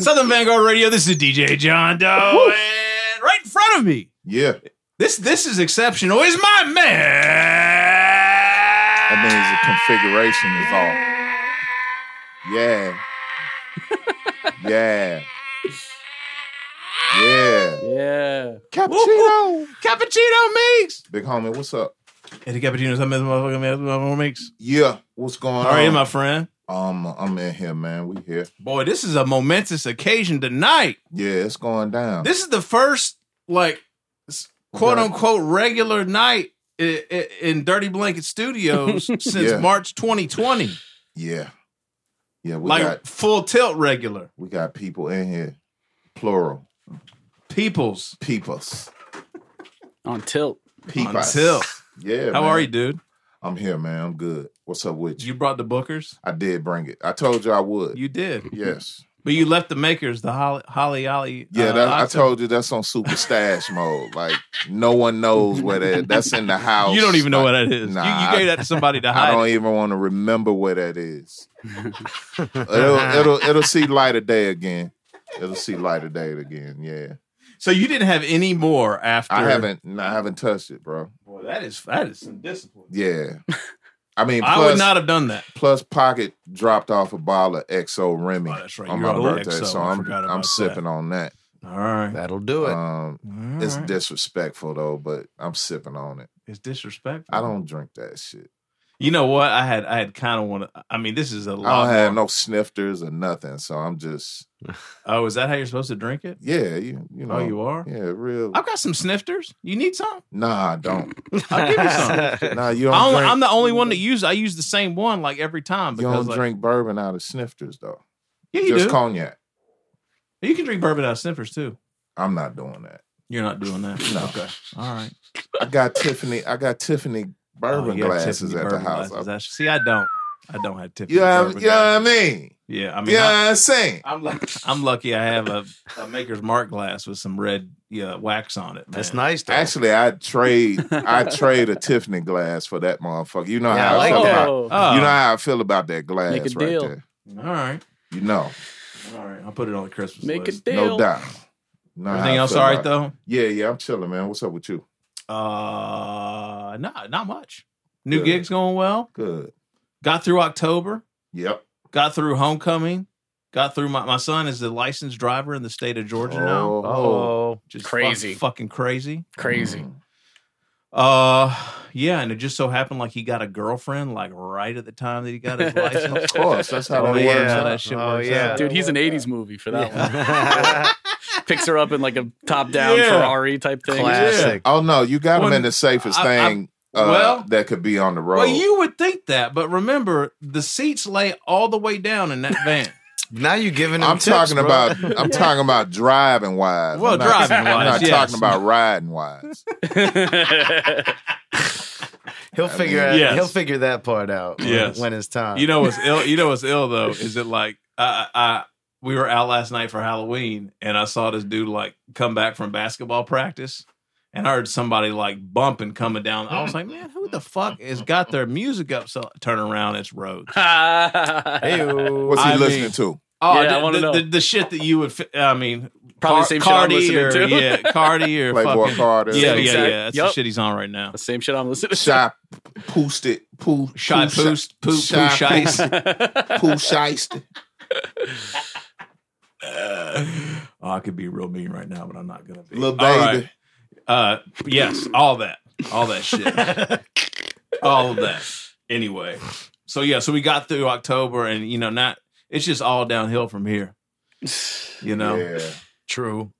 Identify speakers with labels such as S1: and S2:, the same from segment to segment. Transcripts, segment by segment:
S1: Southern Vanguard Radio. This is DJ John Doe, and right in front of me,
S2: Yeah.
S1: this this is exceptional. Is my man?
S2: That means the configuration is off. Yeah. Yeah. Yeah.
S3: Yeah.
S2: Cappuccino.
S1: Cappuccino Mix.
S2: Big homie, what's up?
S1: Eddie Cappuccino's I'm in the motherfucking Mix.
S2: Yeah. What's going
S1: All right,
S2: on?
S1: my friend.
S2: um, I'm in here, man. We here.
S1: Boy, this is a momentous occasion tonight.
S2: Yeah, it's going down.
S1: This is the first, like, s- quote
S2: Right.
S1: unquote, regular night i- i- in Dirty Blanket Studios since
S2: Yeah.
S1: March 2020.
S2: yeah. Yeah, we
S1: like,
S2: got
S1: full tilt regular.
S2: we got people in here. Plural.
S1: Peoples.
S2: Peepers.
S3: On tilt.
S2: Peepers.
S1: tilt.
S2: Yeah.
S1: How
S2: man.
S1: are you, dude?
S2: I'm here, man. I'm good. What's up with you?
S1: You brought the bookers?
S2: I did bring it. I told you I would.
S1: You did.
S2: yes.
S1: But you left the makers, the Holly Holly. Holly
S2: Yeah,
S1: uh,
S2: that, I
S1: Octo-
S2: told you that's on super stash mode. Like no one knows where that. That's in the house.
S1: You don't even know
S2: Like,
S1: what that is. You- you,
S2: Nah,
S1: gave that to somebody to
S2: I
S1: hide.
S2: don't
S1: it.
S2: even want to remember where that is. it'll it'll it'll see light of day again. It'll see light of day again. Yeah,
S1: So you didn't have any more after.
S2: I haven't no, I haven't touched it, bro.
S1: Boy, that is that is some discipline.
S2: Yeah, I mean,
S1: I would
S2: plus-
S1: not have done that.
S2: Plus, Pocket dropped off a bottle of XO Remy
S1: Oh, that's right.
S2: on
S1: You're
S2: my
S1: on
S2: birthday,
S1: XO.
S2: so
S1: I
S2: I'm
S1: forgot about
S2: I'm
S1: that.
S2: sipping on that.
S1: All right.
S4: That'll do it.
S2: Um,
S1: All
S2: it's
S1: right.
S2: disrespectful though, but I'm sipping on it.
S1: It's disrespectful.
S2: I don't drink that shit.
S1: You know what? I had I had kind of want to. I mean, this is a
S2: I
S1: lot.
S2: don't have
S1: more-
S2: no snifters or nothing, so I'm just
S1: Oh, is that how you're supposed to drink it?
S2: yeah, you you know
S1: Oh, you are.
S2: yeah real.
S1: I've got some snifters. You need some?
S2: nah, I don't
S1: I'll give you some.
S2: nah you don't.
S1: I don't
S2: drink,
S1: I'm the only one that uses. I use the same one like every time
S2: you
S1: because
S2: don't
S1: like,
S2: drink bourbon out of snifters though.
S1: yeah, you
S2: just
S1: do.
S2: cognac.
S1: you can drink bourbon out of sniffers too.
S2: I'm not doing that.
S1: You're not doing that.
S2: No.
S1: Okay. All right.
S2: I got Tiffany. I got Tiffany
S1: Oh,
S2: bourbon
S1: you have
S2: glasses
S1: Tiffany
S2: at
S1: bourbon
S2: the house.
S1: glasses. That's- See, I don't. I don't have Tiffany.
S2: You know,
S1: bourbon
S2: you know
S1: glasses.
S2: what I mean?
S1: Yeah. I mean,
S2: Yeah, I'm saying.
S1: I, am lucky. I'm lucky. I have a, a Maker's Mark glass with some red yeah, wax on it.
S4: That's
S1: man.
S4: nice. Though.
S2: Actually, I trade I trade a Tiffany glass for that motherfucker. You know
S4: Yeah,
S2: how
S4: I
S2: I,
S4: like
S2: feel
S4: that.
S2: about
S1: Oh,
S2: you know how I feel about that glass
S3: Make a
S2: right
S3: deal.
S2: there.
S1: all right.
S2: You know,
S1: All right. I'll put it on the Christmas
S3: Make a
S1: list.
S3: deal.
S2: no doubt. You know how
S1: Everything
S2: I
S1: else
S2: feel
S1: all right
S2: about-
S1: though?
S2: Yeah, yeah, I'm chilling, man. What's up with you?
S1: Uh, not not much. New
S2: Good.
S1: gigs going well.
S2: Good.
S1: Got through October.
S2: Yep.
S1: Got through homecoming. Got through my my son is the licensed driver in the state of Georgia now.
S2: hmm.
S4: Oh,
S1: Just
S3: crazy.
S1: fucking crazy.
S3: Crazy.
S2: Mm.
S1: Uh, yeah, and it just so happened like he got a girlfriend like right at the time that he got his license.
S2: Of course, that's how
S4: Oh,
S2: that
S4: yeah.
S2: works.
S1: How
S2: out.
S1: that shit
S4: Oh,
S1: works
S4: yeah.
S1: out.
S3: Dude, he's an 80s movie for that one. Picks her up in like a top down
S1: Yeah.
S3: Ferrari type thing.
S4: classic.
S2: Oh no, you got
S1: When-
S2: him in the safest
S1: I- I-
S2: thing uh,
S1: well-
S2: that could be on the road.
S1: Well, you would think that, but remember the seats lay all the way down in that van.
S4: Now you're giving. Them
S2: I'm
S4: tips,
S2: talking
S4: bro.
S2: about I'm talking about driving wise.
S1: Well,
S2: I'm not,
S1: driving
S2: I'm
S1: wise,
S2: not
S1: yes.
S2: talking about riding wise.
S4: He'll figure
S1: mean-
S4: out.
S1: Yes.
S4: He'll figure that part out. when-
S1: Yes.
S4: When it's time.
S1: You know what's ill? You know what's ill though is that like I, I I- we were out last night for Halloween and I saw this dude like come back from basketball practice and I heard somebody like bumping coming down. I was like, man, who the fuck has got their music up? So turn around, it's Rhodes.
S2: What's he
S1: I mean-
S2: listening to?
S1: Oh,
S3: Yeah, I
S1: the,
S3: wanna
S1: the,
S3: know.
S1: The, the shit that you would, fi- I mean,
S3: Probably
S1: Car-
S3: same shit I'm
S1: Cardi or,
S3: listening to.
S1: Yeah, Cardi or
S2: Playboy
S1: fucking,
S2: Carter.
S1: Yeah, yeah,
S3: Same
S1: yeah.
S3: exact-
S1: That's the
S3: yup.
S1: shit he's on right now.
S3: The same shit I'm listening to.
S2: Shy poosed it. Poo
S1: Shy
S2: poo-
S1: poos, poo, poo,
S2: shy
S1: shice.
S2: Poo shiesty.
S1: oh, I could be real mean right now, but I'm not gonna be.
S2: Little
S1: All
S2: baby.
S1: right. Uh, yes, all that, all that shit, all of that. Anyway, so yeah, so we got through October, and you know, not it's just all downhill from here. You know,
S2: Yeah.
S4: True.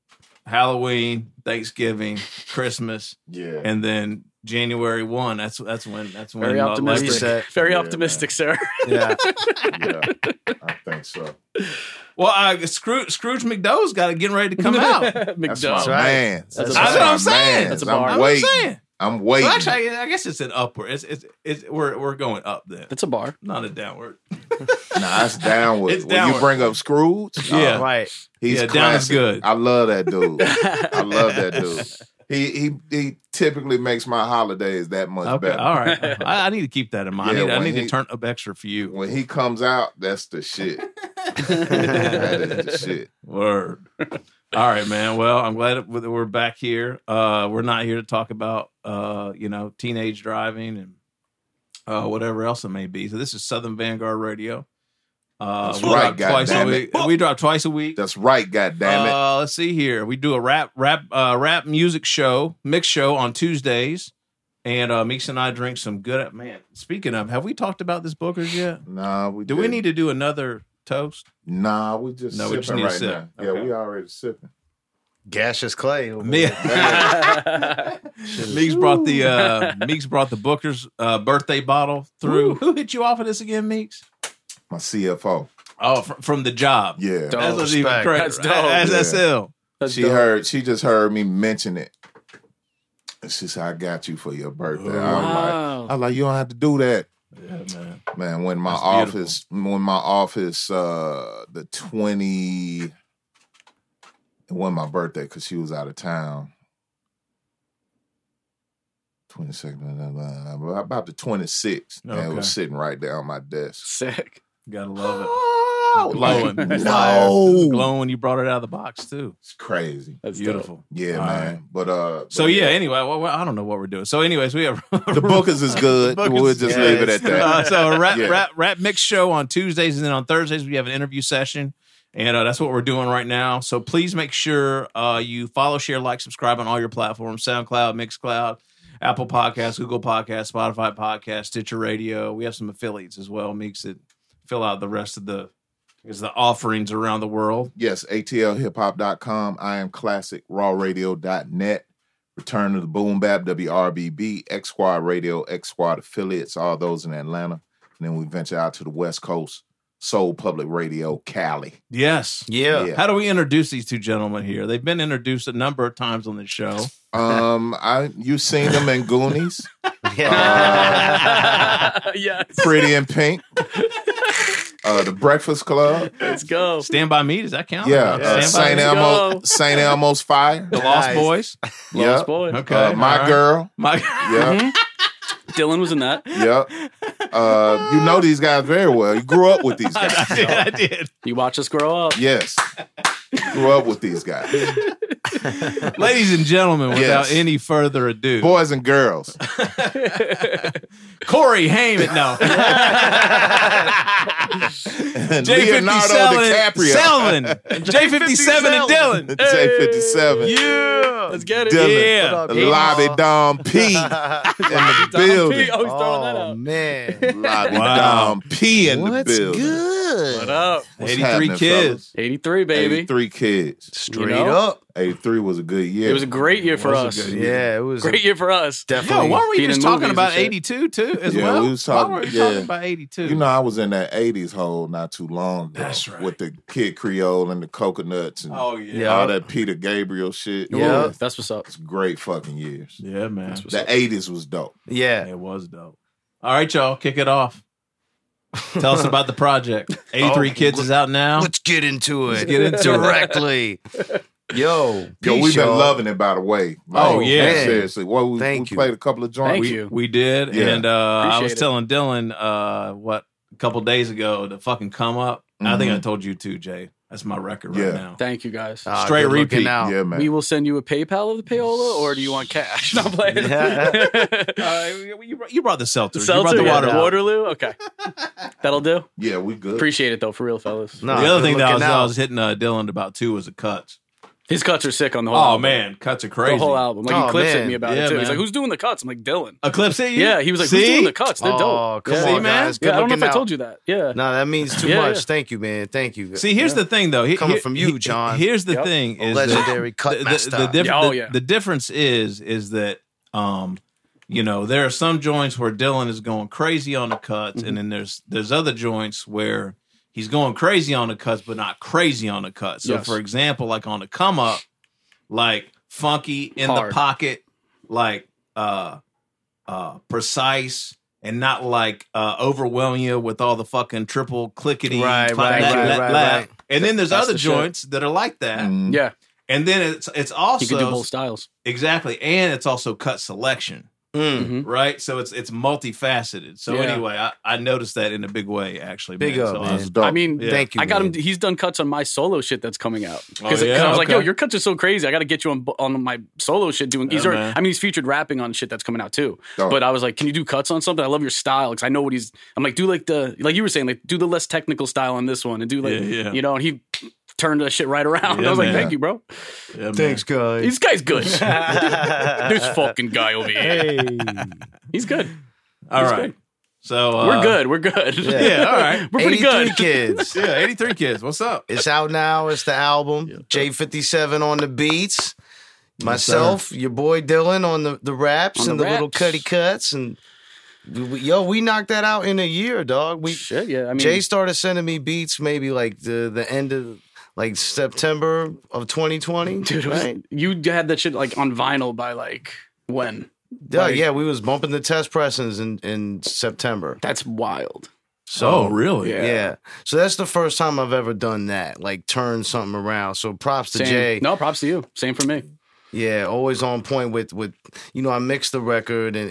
S1: Halloween, Thanksgiving, Christmas,
S2: Yeah.
S1: and then January one. That's that's when that's when
S3: Very
S1: uh,
S3: optimistic.
S1: like-
S4: Reset.
S3: Very
S2: Yeah,
S3: optimistic, sir.
S4: Yeah.
S2: yeah. I think so.
S1: well, uh, Scrooge, Scrooge McDoe's got it getting ready to come out.
S2: That's
S3: McDowell.
S2: my
S4: right.
S2: man.
S3: That's
S2: my
S3: a bar. That's
S1: what I'm saying.
S2: mans.
S3: That's a bar.
S2: I'm
S1: I'm
S2: waiting.
S1: just saying.
S2: I'm waiting.
S1: Well, actually, I I guess it's an upward. It's it's, it's we're we're going up then,
S3: That's a bar.
S1: not a downward.
S2: nah, it's downward.
S1: It's
S2: when
S1: downward.
S2: you bring up Scrooge,
S1: Yeah.
S2: oh,
S4: Right.
S2: he's
S1: Yeah, down is
S2: classic.
S1: good.
S2: I love that dude. I love that dude. He he he typically makes my holidays that much
S1: Okay,
S2: better.
S1: all right. I, I need to keep that in mind.
S2: Yeah,
S1: I need, I
S2: when
S1: need
S2: he-
S1: to turn up extra for you.
S2: When he comes out, that's the shit. that is the shit.
S1: Word. All right, man. Well, I'm glad that we're back here. Uh, we're not here to talk about uh, you know teenage driving and uh, whatever else it may be. So this is Southern Vanguard Radio. Uh,
S2: That's
S1: we
S2: right,
S1: drop twice a
S2: goddammit.
S1: week. We drop twice a week.
S2: That's right. God damn it.
S1: Uh, let's see here. We do a rap rap uh, rap music show mix show on Tuesdays, and uh, Meeks and I drink some good. Man, speaking of, have we talked about this Booker's yet?
S2: nah, we
S1: Do we
S2: didn't.
S1: need to do another toast?
S2: Nah, we just
S1: No,
S2: sipping
S1: we just need to
S2: right
S1: sip.
S2: now.
S1: Okay.
S2: Yeah, we already sipping.
S4: Gaseous clay. oh
S1: Me- Meeks brought the uh, Meeks brought the Booker's uh, birthday bottle through. Who hit you off of this again, Meeks?
S2: My CFO.
S1: Oh, fr- from the job.
S2: Yeah.
S4: Dope.
S1: That's what's even
S4: Respect.
S1: crazy.
S3: That's dope.
S1: That's- that's
S2: Yeah.
S1: ill.
S2: She heard. She just heard me mention it. And she said, "I got you for your birthday." I'm like,
S3: Wow.
S2: I'm like, you don't have to do that,
S1: Yeah, man.
S2: man. When my
S1: That's beautiful.
S2: office, when my office, uh the twenty, it wasn't my birthday because she was out of town. Twenty second, about the twenty sixth, and it
S1: Okay.
S2: was sitting right there on my desk.
S3: Sick.
S1: Gotta love it.
S2: Oh, like,
S1: Glowing.
S2: no,
S1: Glowing, you brought it out of the box too.
S2: it's crazy.
S3: That's
S1: Beautiful.
S2: Yeah,
S1: All
S2: man. But uh,
S1: So
S2: but
S1: yeah. Anyway, well, well, I don't know what we're doing. So anyways, we have
S2: The Bookers is good.
S1: Bookers
S2: we'll
S1: is
S2: just
S4: good.
S2: leave it at that.
S1: Uh, so a rap,
S2: Yeah.
S1: rap rap mix show on Tuesdays, and then on Thursdays we have an interview session, and uh, that's what we're doing right now. So please make sure uh, you follow, share, like, subscribe on all your platforms: SoundCloud, MixCloud, Apple Podcasts, Google Podcasts, Spotify Podcasts, Stitcher Radio. We have some affiliates as well. Meeks that fill out the rest of the is the offerings around the world.
S2: Yes, atlhiphop.com. I am classic rawradio.net. Return to the Boom Bap, WRBB, X Squad Radio, X Squad affiliates, all those in Atlanta. And then we venture out to the West Coast, Soul Public Radio, Cali.
S1: Yes.
S4: Yeah.
S2: Yeah.
S1: How do we introduce these two gentlemen here? They've been introduced a number of times on this show.
S2: Um, I you seen them in Goonies,
S3: dope. yes.
S2: Pretty in Pink, uh, The Breakfast Club,
S3: Let's go.
S1: Stand by me. Does that count?
S2: yeah,
S1: Stand
S2: uh,
S1: by
S2: Saint
S1: Me?
S3: Let's
S2: Elmo,
S3: go.
S2: Saint Elmo's Fire,
S1: The Lost
S4: Nice.
S1: Boys.
S2: yeah,
S3: Lost boy.
S1: Okay.
S2: uh, My
S1: all right.
S2: Girl,
S1: My
S2: yeah.
S3: Dylan was in that.
S2: Yep. Uh, you know these guys very well. You grew up with these guys.
S1: I did. I did.
S3: You watch us grow up.
S2: Yes. Grew up with these guys.
S1: Ladies and gentlemen, without
S2: Yes.
S1: any further ado,
S2: Boys and girls.
S1: Corey Heyman. No.
S2: And
S1: J57
S2: Leonardo DiCaprio.
S1: Selvin. J57 and Dylan.
S2: J57.
S1: Yeah.
S3: Let's get it.
S2: Dylan.
S1: Yeah.
S4: What up,
S2: The
S4: Pete?
S2: Lobby Dom P in the
S3: Dom P.
S2: building.
S3: Oh, he's throwing that
S4: Oh
S3: out.
S4: man.
S2: Lobby
S1: Wow.
S2: Dom P in
S4: What's
S2: the building.
S4: good?
S3: What up?
S2: What's
S1: 83
S2: happening,
S1: kids.
S3: 83, baby.
S2: 83 kids.
S4: Straight
S3: know?
S4: up.
S2: 83 was a good year.
S3: It was a great year for
S1: Was a
S3: us.
S1: good
S4: Yeah, it was
S3: Great year for us.
S1: Yo,
S4: definitely.
S1: why were you
S3: Being
S1: just
S3: in
S1: talking
S3: movies
S1: about
S3: and shit.
S1: 82 too as
S2: Yeah,
S1: well?
S2: we was
S1: why were
S2: talking-
S1: we talking
S2: yeah.
S1: about 82?
S2: You know, I was in that '80s hole not too long ago
S1: That's right.
S2: with the Kid Creole and the Coconuts and
S1: oh, yeah.
S4: Yeah.
S2: all that Peter Gabriel shit.
S3: Ooh,
S4: Yeah.
S3: That's what's up.
S2: it's great fucking years.
S1: Yeah, man.
S3: That's what's
S2: The
S3: up.
S2: '80s was dope.
S4: yeah.
S1: It was dope. All right, y'all, kick it off. Tell us about the project. 83
S4: Oh,
S1: Kids is out now.
S4: Let's get into it.
S1: Let's get into it.
S4: directly. Yo,
S2: Yo,
S4: peace,
S2: we've been
S4: y'all.
S2: loving it, by the way.
S1: Oh, yeah.
S2: man, seriously. Well, we,
S4: Thank
S2: we
S4: you.
S2: played a couple of joints.
S3: Thank
S2: We-
S3: you.
S1: We did,
S2: Yeah.
S1: and uh, I
S3: Appreciate
S1: was
S3: it.
S1: telling Dylan uh, what a couple days ago to fucking come up. I think I
S3: Mm-hmm.
S1: told you too, Jay. That's my record
S2: Yeah.
S1: right now.
S3: Thank you guys.
S4: Ah,
S1: Straight
S4: good looking
S1: repeat.
S4: Out.
S2: Yeah, man.
S3: we will send you a PayPal of the payola, or do you want cash? Not playing.
S1: Uh, you, brought, you brought the seltzer. You
S3: Seltzer,
S1: brought the water.
S4: yeah.
S3: Waterloo. Okay, that'll do.
S2: yeah, we good.
S3: Appreciate it though, for real, fellas.
S4: Nah,
S1: the other
S4: good
S1: thing that I
S4: looking
S1: was, I
S4: out.
S1: was hitting uh, Dylan about too was the cuts.
S3: His cuts are sick on the whole.
S1: Oh
S3: album.
S1: man, cuts are
S3: the
S1: crazy.
S3: whole album. Like
S4: Oh,
S3: he clips
S4: man.
S3: at me about
S1: Yeah,
S3: it too.
S1: man.
S3: He's like, "Who's doing the cuts?" I'm like, "Dylan."
S1: Eclipse hit you?
S3: Yeah, he was like, "Who's
S1: See?
S3: doing the cuts?" They're dope.
S4: Oh, come
S1: Yeah.
S4: on,
S1: See, man?
S4: guys. Good
S3: Yeah, I don't know if
S4: looking
S3: I
S4: out.
S3: told you that. Yeah,
S4: No, that means too
S3: Yeah,
S4: much.
S3: yeah.
S4: Thank you, man. Thank you.
S1: See, here's the thing though. He-
S4: Coming
S1: he-
S4: from you,
S1: he-
S4: John.
S1: Here's the
S3: Yep.
S1: thing:
S4: A
S1: is that-
S4: legendary cut
S1: the,
S4: master.
S1: the, the, diff-
S3: Yeah, oh,
S1: the-
S3: yeah.
S1: the difference is is that um you know there are some joints where dylan is going crazy on the cuts and then there's there's other joints where he's going crazy on the cuts but not crazy on the cuts so
S3: Yes.
S1: for example like on the come up like funky in
S3: Hard.
S1: the pocket like uh uh precise and not like uh overwhelming you with all the fucking triple clickety
S4: Right,
S1: clap,
S4: right,
S1: lap,
S4: right,
S1: lap,
S4: right,
S1: lap.
S4: right.
S1: and then there's
S3: That's
S1: other
S3: the shit.
S1: joints that are like that
S2: Mm.
S3: yeah.
S1: And then it's it's
S3: You can do
S1: also
S3: both styles.
S1: exactly, and it's also cut selection, Hmm.
S4: Mm.
S3: Mm-hmm.
S1: right? So it's it's multifaceted. So
S3: Yeah.
S1: anyway, I, I noticed that in a big way actually.
S4: Big
S1: man. so
S4: up,
S1: uh, I
S4: man.
S1: was-
S2: dope.
S3: I mean,
S1: Yeah.
S4: Thank you.
S3: I got him.
S4: man.
S3: He's done cuts on my solo shit that's coming out because
S1: Oh, yeah?
S3: I was like,
S1: Okay.
S3: "Yo, your cuts are so crazy." I got to get you on on my solo shit doing. He's
S1: Yeah,
S3: already,
S1: man.
S3: I mean, he's featured rapping on shit that's coming out too.
S2: Dope.
S3: But I was like, "Can you do cuts on something?" I love your style because I know what he's. I'm like, do like the like you were saying, like do the less technical style on this one and do like
S1: Yeah, yeah.
S3: you know. And he turned that shit right around.
S1: Yeah,
S3: I was
S1: man.
S3: like, "Thank you, bro.
S1: yeah, man.
S4: Thanks, guys.
S3: This guy's good. this fucking guy over here, he's good.
S1: All
S3: He's
S1: right.
S3: good.
S1: So uh,
S3: We're good. We're good.
S4: Yeah.
S1: Yeah, all right.
S3: we're pretty good.
S4: 83 kids.
S1: Yeah, 83 kids. What's up?
S4: It's out now. It's the album. J57 on the beats. Myself, your boy Dylan on the, the raps
S3: On
S4: and
S3: the
S4: the little
S3: raps.
S4: cutty cuts. And we, we- yo, we knocked that out in a year, dog. We
S3: Shit, yeah. I mean,
S4: Jay started sending me beats maybe like the, the end of like September of 2020.
S3: dude, it was-
S4: right?
S3: you had that shit like on vinyl by like when?
S4: Yeah,
S3: like-
S4: yeah, we was bumping the test pressings in, in September.
S3: That's wild.
S4: So
S1: Oh, really?
S3: Yeah.
S4: Yeah. So that's the first time I've ever done that, like turn something around. So props to
S3: Same.
S4: Jay.
S3: No, props to you. Same for me.
S4: Yeah, always on point with with you know, I mixed the record and,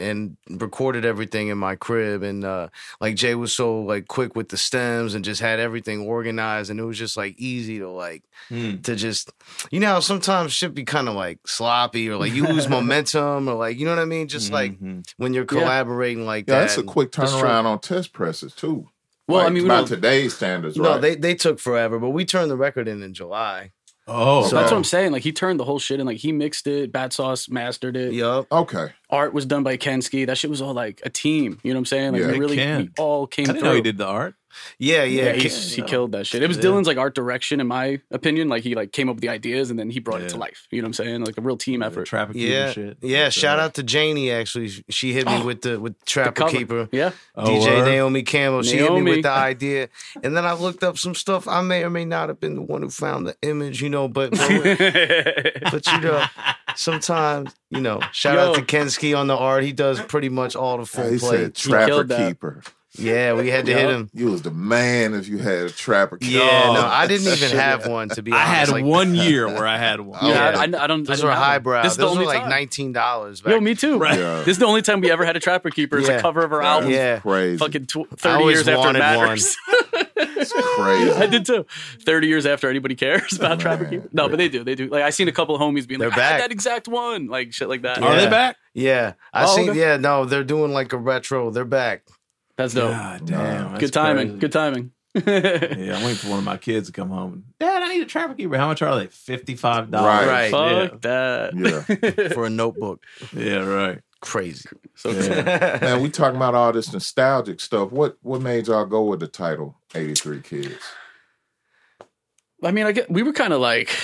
S4: and recorded everything in my crib and uh like Jay was so like quick with the stems and just had everything organized and it was just like easy to like
S1: Hmm.
S4: to just you know how sometimes shit be kind of like sloppy or like you lose momentum or like you know what I mean? Just like
S1: Mhm.
S4: when you're
S3: Yeah.
S4: collaborating like
S2: Yeah,
S4: that.
S2: that's a
S4: and-
S2: quick
S3: That's true.
S2: turnaround on test presses too.
S3: Well,
S2: Like,
S3: I mean, we
S2: by
S3: don't-
S2: today's standards,
S4: no,
S2: right?
S4: they they took forever, but we turned the record in in July.
S1: Oh,
S3: so that's
S2: so-
S3: what I'm saying. Like he turned the whole shit and like he mixed it. Bad Sauce mastered it.
S4: Yup.
S2: okay.
S3: Art was done by Kensky. That shit was all like a team. You know what I'm saying? Like
S2: Yeah.
S3: we really
S1: Ken.
S3: we all came
S1: I didn't
S3: through.
S1: know he did the art.
S4: Yeah,
S3: Yeah,
S4: yeah.
S3: he,
S4: Ke-
S3: he killed that shit. It was
S1: Yeah.
S3: Dylan's like art direction, in my opinion. Like he like came up with the ideas and then he brought
S1: Yeah.
S3: it to life. You know what I'm saying? Like a real team
S1: The
S3: effort.
S1: traffic cube
S4: Yeah,
S1: and shit. uh,
S4: yeah.
S1: So-
S4: Shout out to Janie. Actually, Sh- she hit me
S3: Oh,
S4: with the with
S3: The
S4: Trapper
S3: cover.
S4: Keeper.
S3: Yeah.
S1: Oh,
S4: DJ
S1: word?
S4: Naomi Campbell. She hit me
S3: Naomi.
S4: with the idea, and then I looked up some stuff. I may or may not have been the one who found the image, you know. But but, but, you know, sometimes you know. Shout out
S3: Yo.
S4: to Kensky on the art. He does pretty much all the full
S2: He
S4: play.
S2: said trapper
S3: killed that.
S2: keeper.
S4: Yeah, we had to
S3: Yup.
S4: hit him.
S2: You was the man if you had a trapper keeper.
S4: Yeah,
S1: Oh,
S4: no, I didn't
S1: that's
S4: even
S1: shit.
S4: have one to be.
S1: I
S4: honest.
S1: had
S4: Like,
S1: one year where I had one.
S4: Oh,
S3: yeah,
S4: yeah.
S3: I, I don't. I didn't
S4: Those were
S3: have them.
S4: highbrow.
S3: This is the
S4: Those
S3: only
S4: were like
S3: time.
S4: nineteen dollars.
S3: Yo, me too.
S1: Right.
S2: Yeah.
S3: This is the only time we ever had a Trapper Keeper. It's
S4: Yeah.
S3: a cover of our album.
S4: Yeah.
S2: Crazy.
S3: Fucking tw-
S4: I
S3: 30
S4: always
S3: years after
S4: wanted one.
S3: Matters.
S2: crazy.
S3: I did too. 30 years after anybody cares about
S2: Man.
S3: Traffic Keeper. No, but they do. They do. Like, I seen a couple of homies being
S4: They're
S3: like, I
S4: back.
S3: had that exact one. Like, shit like that.
S1: Are
S4: Yeah.
S1: they back?
S4: Yeah, I
S3: Oh,
S4: seen.
S3: okay.
S4: Yeah, no, they're doing like a retro. They're back.
S3: That's dope.
S1: God
S2: Nah.
S1: damn. that's
S3: uh, Good timing.
S1: crazy.
S3: Good timing.
S1: Yeah, I'm waiting for one of my kids to come home. Dad, I need a trapper keeper. How much are they? Fifty-five dollars.
S4: Right.
S3: Fuck
S2: Yeah.
S3: that.
S4: for a notebook.
S1: Yeah. yeah, right.
S4: Crazy.
S3: so
S1: Yeah.
S2: Man, we talking about all this nostalgic stuff. What what made y'all go with the title 83 Kids?
S3: I mean, I get, we were kind of like,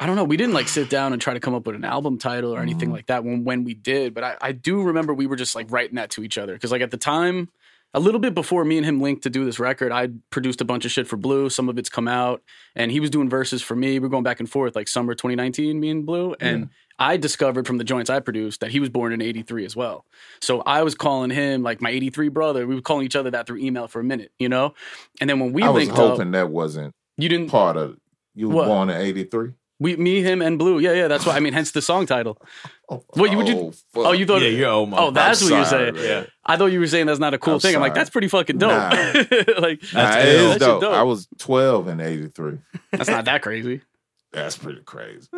S3: I don't know, we didn't like sit down and try to come up with an album title or anything
S2: Mhm.
S3: like that when, when we did, but I, I do remember we were just like writing that to each other. Cause like at the time, a little bit before me and him linked to do this record, I produced a bunch of shit for Blue. Some of it's come out, and he was doing verses for me. We were going back and forth like summer 2019, me and Blue. And I discovered from the joints I produced that he was born in 83 as well. So I was calling him like my 83 brother. We were calling each other that through email for a minute, you know? And then when we
S2: I was
S3: linked
S2: hoping
S3: up,
S2: that wasn't
S3: you didn't
S2: part of it. You were
S3: What?
S2: born in 83?
S3: we, me, him, and Blue. Yeah, yeah. That's why. I mean, hence the song title. What, you- would you-
S2: Oh, fuck.
S3: Oh, you thought?
S1: yeah, you're old.
S3: oh, that's what
S2: I'm
S3: you're
S2: sorry,
S3: saying.
S2: man.
S3: I thought you were saying that's not a cool
S2: I'm
S3: thing. I'm like,
S2: sorry.
S3: that's pretty fucking dope.
S2: Nah.
S3: like,
S2: Nah,
S1: That's
S2: it
S1: ill.
S2: is
S3: That's
S2: dope.
S3: dope.
S2: I was 12 in 83.
S3: that's not that crazy.
S2: That's pretty crazy.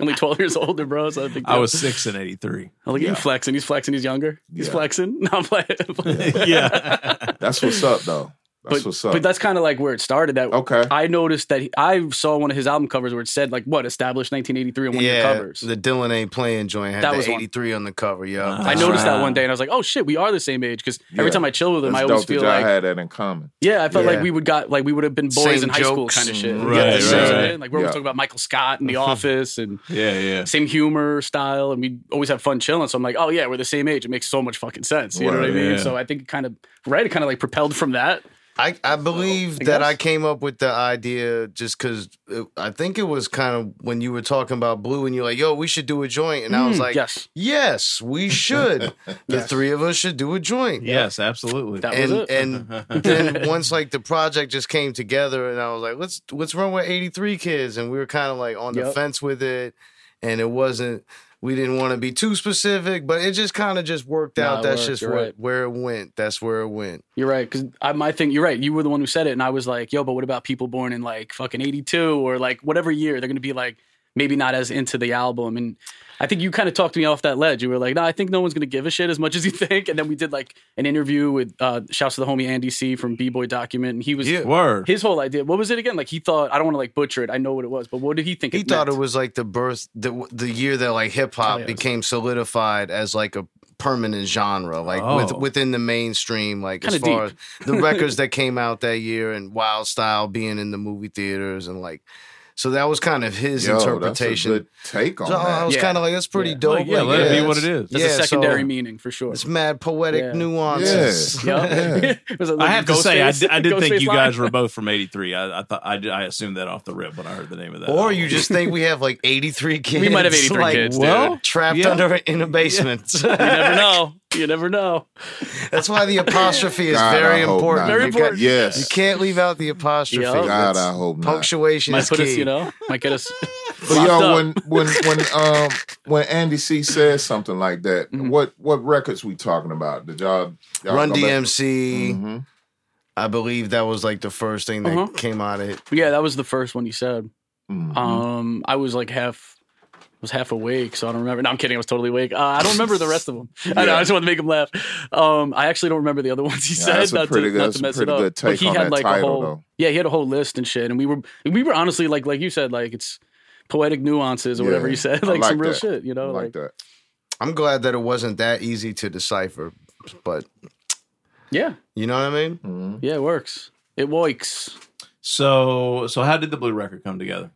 S3: Only 12 years older, bro. So I think
S1: I was six in '83.
S3: I'm like,
S2: Yeah.
S3: you flexing. He's flexing. He's younger. He's
S2: Yeah.
S3: flexing. No, I'm playing.
S1: yeah.
S2: That's what's up, though. That's
S3: But,
S2: what's up.
S3: but that's kind of like where it started. That
S2: okay.
S3: I noticed that he, I saw one of his album covers where it said like what established 1983 on one of your covers.
S4: the Dylan ain't playing joint had
S3: That
S4: the
S3: was one.
S4: 83 on the cover, yo.
S1: Ah.
S3: I noticed
S1: Ah.
S3: that one day and I was like, oh shit, we are the same age. Because
S2: Yeah.
S3: every time I chill with him,
S2: That's
S3: I
S2: dope
S3: always
S2: that
S3: feel
S2: y'all
S3: like
S2: had that in common.
S3: Yeah, I felt
S4: Yeah.
S3: like we would got like we would have been boys
S4: Same
S3: in high school
S4: jokes
S3: kind of shit.
S4: and-
S3: You
S1: Right,
S3: get the
S1: right,
S3: same-
S1: right.
S3: Like we were
S2: Yeah.
S3: talking about Michael Scott in The Office and
S1: Yeah, yeah.
S3: same humor style, and we always have fun chilling. So I'm like, oh yeah, we're the same age. It makes so much fucking sense. You know what I
S2: Right,
S3: mean?
S1: yeah.
S3: So I think it kind of right, it kind of like propelled from that
S4: I, I believe
S3: I
S4: that
S3: guess.
S4: I came up with the idea just because I think it was kind of when you were talking about blue and you're like, yo, we should do a joint. And I was
S3: Mm,
S4: like,
S3: yes,
S4: yes, we should. the
S3: Yes.
S4: three of us should do a joint.
S1: Yes, absolutely.
S3: That was
S4: And
S3: it. Uh-huh.
S4: and then once like the project just came together and I was like, let's let's run with 83 kids. And we were kind of like on the
S3: Yep.
S4: fence with it. And it wasn't we didn't want to be too specific, but it just kind of just worked
S3: Nah,
S4: out.
S3: it
S4: That's
S3: worked.
S4: just
S3: You're
S4: what,
S3: right.
S4: where it went. That's where it went.
S3: you're right. Because my thing, you're right. You were the one who said it, and I was like, "Yo, but what about people born in like fucking '82 or like whatever year? They're gonna be like maybe not as into the album." And I think you kind of talked me off that ledge. You were like, "No, I think no one's gonna give a shit as much as you think." And then we did like an interview with uh, shouts to the homie Andy C from B Boy Document, and he was
S4: Yeah.
S1: Word.
S3: his whole idea. What was it again? Like he thought I don't want to like butcher it. I know what it was, but what did he think?
S4: He thought
S3: meant?
S4: it was like the birth, the the year that like hip hop
S3: Oh, yeah.
S4: became solidified as like a permanent genre, like with,
S1: Oh.
S4: within the mainstream, like as
S3: Kinda
S4: far
S3: deep.
S4: as the records that came out that year and Wild Style being in the movie theaters and like, so that was kind of his
S2: Yo,
S4: interpretation.
S2: That's a good take on
S4: so I was
S3: Yeah.
S4: kind of like, that's pretty
S3: Yeah.
S4: dope.
S1: Like, yeah,
S4: like,
S1: let it be
S4: yeah,
S1: what it
S4: it's-
S1: is.
S3: That's a
S4: yeah, so
S3: secondary meaning for sure.
S4: It's mad poetic
S3: Yeah.
S4: nuances.
S3: Yup.
S2: Yeah.
S3: It was a
S1: I have to
S3: little
S1: say, I
S3: Ghostface-
S1: did, I did think
S3: Ghostface
S1: you
S3: line.
S1: guys were both from '83. I, I thought I, did- I assumed that off the rip when I heard the name of that. Oh.
S4: Or
S1: album.
S4: you just think we have like 83 kids.
S3: We might have 83
S4: like,
S3: kids,
S1: well,
S4: Trapped
S1: Yeah.
S4: under in a basement.
S3: You never know. You never know.
S4: That's why the apostrophe is
S2: God,
S4: very
S2: I hope
S4: important.
S2: not.
S3: Very
S4: You got-
S3: important.
S2: Yes.
S4: You can't leave out the apostrophe.
S3: Yup.
S2: God,
S4: That's-
S2: I hope not.
S4: punctuation
S3: Might
S4: is
S3: put
S4: key.
S3: us, you know, might get us.
S2: But
S3: locked
S2: yo,
S3: up.
S2: when when when um when Andy C says something like that,
S3: Mhm.
S2: what what records we talking about? Did y'all, y'all
S4: Run
S2: go back-
S4: DMC.
S2: Mhm.
S4: I believe that was like the first thing that
S3: Uh-huh.
S4: came out of it.
S3: yeah, that was the first one you said.
S2: Mhm.
S3: Um, I was like half, was half awake, so I don't remember. No, I'm kidding. I was totally awake. Uh, I don't remember the rest of them. I, know, I just wanted to make him laugh. Um, I actually don't remember the other ones he
S2: Yeah,
S3: said.
S2: that's a
S3: not
S2: pretty
S3: to,
S2: good-
S3: not
S2: that's
S3: to
S2: a
S3: mess
S2: pretty
S3: it up.
S2: good take
S3: but he
S2: on
S3: had
S2: that
S3: like
S2: title,
S3: a whole,
S2: though.
S3: yeah, he had a whole list and shit. And we were, we were honestly like, like you said, like it's poetic nuances or whatever
S2: Yeah,
S3: you said,
S2: I
S3: like, some
S2: like
S3: real
S2: that.
S3: shit, you know,
S2: like,
S3: like,
S2: that.
S4: I'm glad that it wasn't that easy to decipher, but
S3: yeah,
S4: you know what I mean?
S2: Mhm.
S3: yeah, it works. It works.
S1: so so how did the blue record come together?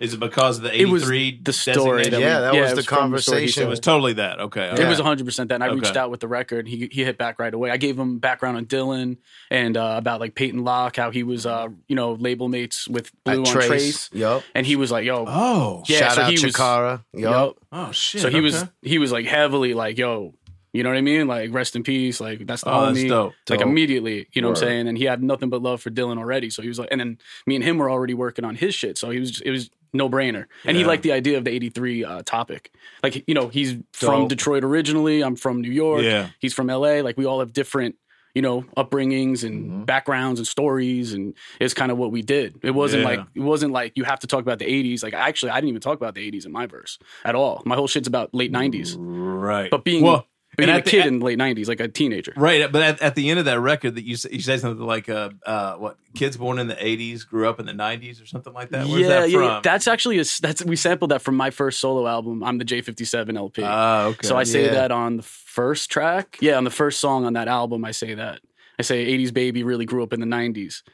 S1: Is it because of the
S3: It was
S1: '83?
S3: the story
S1: designation?
S3: that we-
S4: yeah, that
S3: yeah,
S4: was
S3: it
S4: the
S3: was from the story he
S1: it
S4: conversation.
S1: was totally that. Okay, okay.
S3: It
S4: Yeah.
S3: was 100% that. And I
S1: Okay.
S3: reached out with the record. He he hit back right away. I gave him background on Dylan and uh, about like Peyton Locke, how he was, uh, you know, label mates with Blue on Trace.
S4: Yup.
S3: And he was like, yo,
S1: Oh,
S3: Yeah,
S4: Shout
S3: so
S4: out
S3: he was-
S4: Chikara.
S3: yo.
S4: Yup.
S1: oh shit.
S3: So he was
S1: okay.
S3: he was like heavily like, yo, you know what I mean? Like, rest in peace. Like, that's the
S1: Oh, that's
S3: homie.
S1: dope.
S3: Like
S4: Dope.
S3: immediately, you know what I'm
S2: Word.
S3: saying? And he had nothing but love for Dylan already. So he was like, and then me and him were already working on his shit. So he was, just, it was no brainer. And he
S1: Yeah.
S3: liked the idea of the 83 uh, topic. Like, you know, he's from
S1: Dope.
S3: Detroit originally. I'm from New York.
S1: Yeah.
S3: He's from LA. Like we all have different, you know, upbringings and
S1: Mm-hmm.
S3: backgrounds and stories, and it's kind of what we did. It wasn't
S1: Yeah.
S3: like it wasn't like you have to talk about the '80s. Like actually, I didn't even talk about the '80s in my verse at all. My whole shit's about late '90s,
S1: Right.
S3: but being
S1: well,
S3: being
S1: and
S3: a
S1: at the- e-
S3: kid in the late '90s, like a teenager.
S1: Right, but at, at the end of that record, that you say, you say something like, uh, uh, "What kids born in the '80s grew up in the '90s" or something like that. Where's that from?
S3: That's actually a, s- that's we sampled that from my first solo album. I'm the J57 LP.
S1: Ah, okay.
S3: So I say
S4: Yeah.
S3: that on the first track. Yeah, on the first song on that album, I say that. I say '80s baby really grew up in the '90s.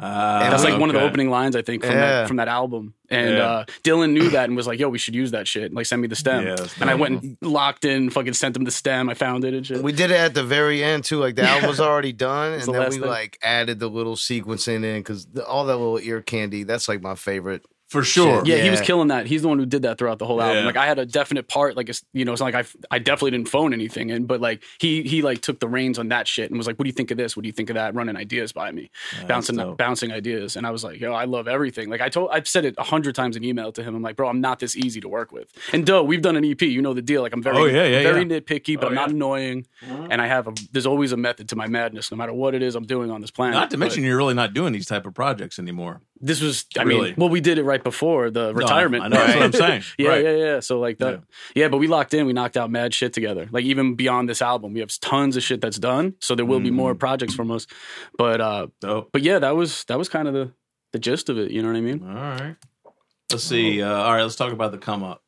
S1: Ah,
S4: And
S3: That's like one of the
S1: okay.
S3: opening lines I think from,
S4: Yeah.
S3: that, from that album. And
S1: Yeah.
S3: uh, Dylan knew that and was like, "Yo, we should use that shit. Like, send me the stem."
S1: Yeah, that's
S3: and I
S1: dope.
S3: went and locked in, fucking sent him the stem. I found it and shit.
S4: We did it at the very end too. Like the
S3: Yeah.
S4: album was already done, and
S3: the
S4: then
S3: last
S4: we
S3: thing.
S4: like added the little sequencing in because all that little ear candy. That's like my favorite.
S1: for sure.
S3: yeah, he was
S4: Yeah.
S3: killing that. He's the one who did that throughout the whole album.
S1: Yeah.
S3: Like, I had a definite part. Like, it's, you know, it's not like I, I definitely didn't phone anything in, but like he he like took the reins on that shit and was like, "What do you think of this? What do you think of that?" Running ideas by me. bouncing
S1: dope.
S3: bouncing ideas and i was like yo i love everything like i told i've said it a hundred times in email to him i'm like bro i'm not this easy to work with and doe we've done an ep you know the deal like i'm very
S1: Oh, yeah, yeah,
S3: very
S1: yeah.
S3: nitpicky but
S1: Oh,
S3: i'm not
S1: yeah.
S3: annoying and i have a there's always a method to my madness no matter what it is i'm doing on this planet
S1: Not to
S3: But
S1: mention, you're really not doing these type of projects anymore.
S3: this was i
S1: Really.
S3: mean well we did it right before the retirement
S1: I know, that's what I'm saying.
S3: yeah
S1: Right.
S3: yeah yeah so like that yeah. but we locked in we knocked out mad shit together like even beyond this album we have tons of shit that's done so there will be more
S4: Mm.
S3: projects from us but uh
S1: Dope.
S3: but yeah, that was that was kind of the the gist of it. You know what I mean?
S1: All right. Let's see. Uh, all right, let's talk about the come up.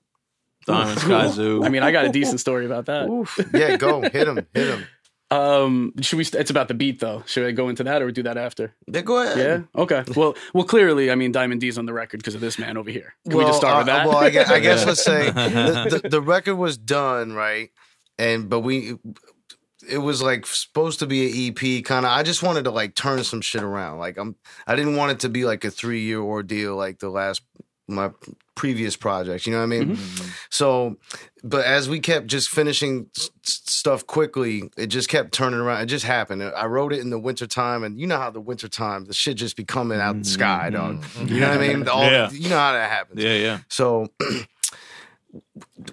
S1: Diamond Sky Zoo.
S3: I mean, I got a decent story about that.
S4: Yeah, go hit him, hit him.
S3: Um, should we? It's about the beat though. Should I go into that or we do that after?
S4: Yeah, go ahead.
S3: Yeah. Okay. Well, well, clearly, I mean, Diamond D's on the record because of this man over here. Can we just start with
S4: uh,
S3: that?
S4: Well, I guess, I guess
S1: Yeah.
S4: let's say the, the, the record was done, right? And but we it was like supposed to be an EP kind of. I just wanted to like turn some shit around. Like I'm, I didn't want it to be like a three year ordeal like the last my previous project. You know what I mean?
S3: Mm-hmm.
S1: Mm-hmm.
S4: So, but as we kept just finishing s- s- stuff quickly, it just kept turning around. It just happened. I wrote it in the wintertime, and you know how the wintertime, the shit just be coming out the sky, dog.
S3: Mm-hmm.
S2: Mm-hmm.
S4: You know what I mean? All,
S1: Yeah.
S4: You know how that happens.
S1: Yeah, yeah.
S4: So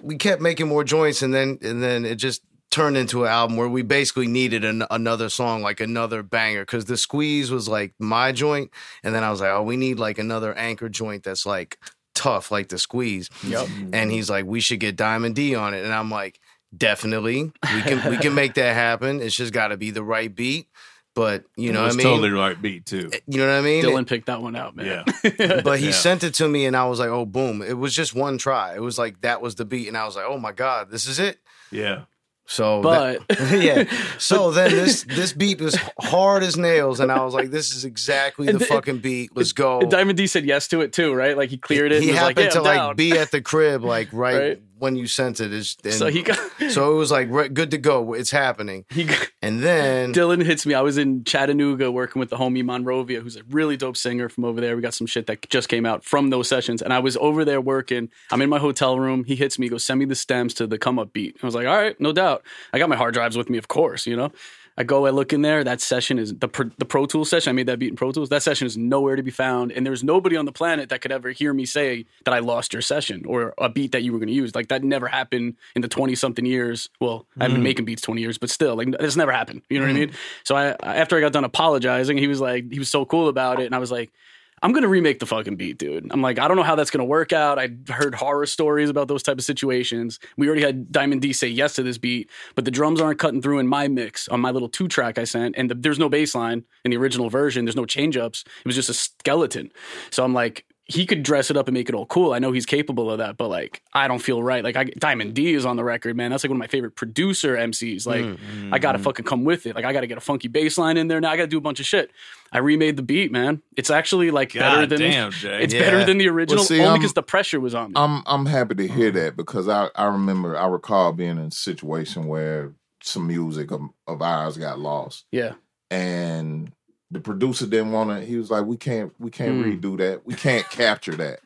S4: we kept making more joints, and then and then it just turned into an album where we basically needed an, another song, like another banger, because the squeeze was like my joint, and then I was like, oh, we need like another anchor joint that's like tough, like the squeeze.
S3: Yep.
S4: And he's like, we should get Diamond D on it, and I'm like, definitely, we can we can make that happen. It's just got to be the right beat, but you know
S1: it
S4: what I
S1: was
S4: mean.
S1: totally right beat too.
S4: you know what I mean?
S3: Dylan picked that one out, man.
S1: Yeah.
S4: but he
S1: Yeah.
S4: sent it to me and I was like, oh, boom. It was just one try. It was like, that was the beat. And I was like, oh my God, this is it.
S1: Yeah.
S4: So,
S3: But
S4: that- yeah. So then this this beat was hard as nails. And I was like, this is exactly the
S3: And it-
S4: fucking beat. Let's go.
S3: Diamond D said yes to it too, right? Like he cleared it.
S4: He
S3: and was
S4: happened
S3: like, yeah,
S4: to
S3: I'm
S4: like
S3: down.
S4: be at the crib, like right,
S3: Right.
S4: when you sent it. It's- And
S3: So he got
S4: so it was like, right, good to go. It's happening.
S3: he got,
S4: And then.
S3: Dylan hits me. I was in Chattanooga working with the homie Monrovia, who's a really dope singer from over there. We got some shit that just came out from those sessions. And I was over there working. I'm in my hotel room. He hits me, he goes, Send me the stems to the come up beat. I was like, All right, no doubt. I got my hard drives with me, of course, you know? I go, I look in there. That session is the, Pro- the Pro Tools session. I made that beat in Pro Tools. That session is nowhere to be found. And there's nobody on the planet that could ever hear me say that I lost your session or a beat that you were going to use. Like, that never happened in the 20 something years. Well, I've been making beats 20 years, but still, like, that's never happened. You know what I mean? So, I, I- after I got done apologizing, he was like, he was so cool about it. And I was like, I'm gonna remake the fucking beat, dude. I'm like, I don't know how that's gonna work out. I heard horror stories about those type of situations. We already had Diamond D say yes to this beat, but the drums aren't cutting through in my mix on my little two track I sent, and the, there's no bass line in the original version. There's no change ups. It was just a skeleton. So I'm like, he could dress it up and make it all cool. I know he's capable of that, but like, I don't feel right. Like, I, Diamond D is on the record, man. That's like one of my favorite producer MCs. Like,
S1: Mm,
S3: I gotta fucking come with it. Like, I gotta get a funky bass line in there. Now I gotta do a bunch of shit. I remade the beat, man. It's actually like better
S1: God
S3: than
S1: damn, Jay.
S3: it's better
S4: Yeah.
S3: than the original
S2: see, um,
S3: only
S2: I'm-
S3: because the pressure was on me.
S2: I'm I'm happy to hear
S3: Uh-huh.
S2: that because I, I remember I recall being in a situation where some music of, of ours got lost
S3: yeah,
S2: and the producer didn't want to. He was like, "We can't we can't
S3: Hmm.
S2: redo that. We can't capture that.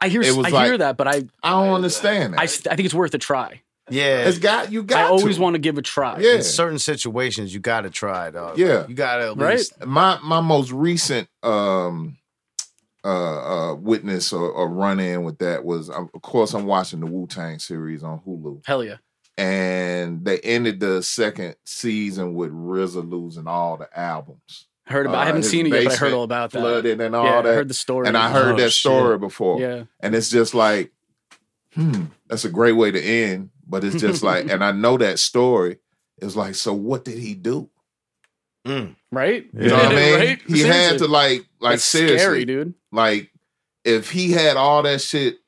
S3: I hear
S2: It was
S3: I hear
S2: like-
S3: that, but I
S2: I don't understand that.
S3: I, st- I think it's worth a try.
S4: Yeah.
S2: it's got you
S3: I
S2: got.
S3: always
S2: to.
S3: want to give a try.
S2: Yeah.
S4: In certain situations, you gotta try, dog.
S2: Yeah.
S4: you gotta at
S3: Right?
S4: least.
S2: my my most recent um uh, uh witness or, or run in with that was um, of course I'm watching the Wu Tang series on Hulu
S3: Hell yeah,
S2: and they ended the second season with RZA losing all the albums
S3: I heard about. I
S2: Uh,
S3: haven't
S2: his
S3: seen it yet, but I heard
S2: basement
S3: all about that.
S2: flooded and
S3: yeah,
S2: all
S3: I
S2: that
S3: heard the story,
S2: and I heard
S1: Oh,
S2: that
S1: shit.
S2: story before
S3: Yeah,
S2: and it's just like hmm that's a great way to end but it's just like and I know that story it's like so what did he do
S4: Mm.
S3: right.
S1: You
S2: you know
S1: Yeah.
S2: what I mean
S3: Right?
S2: he had to
S3: Seriously.
S2: like like
S3: That's
S2: seriously
S3: scary, dude.
S2: Like, if he had all that shit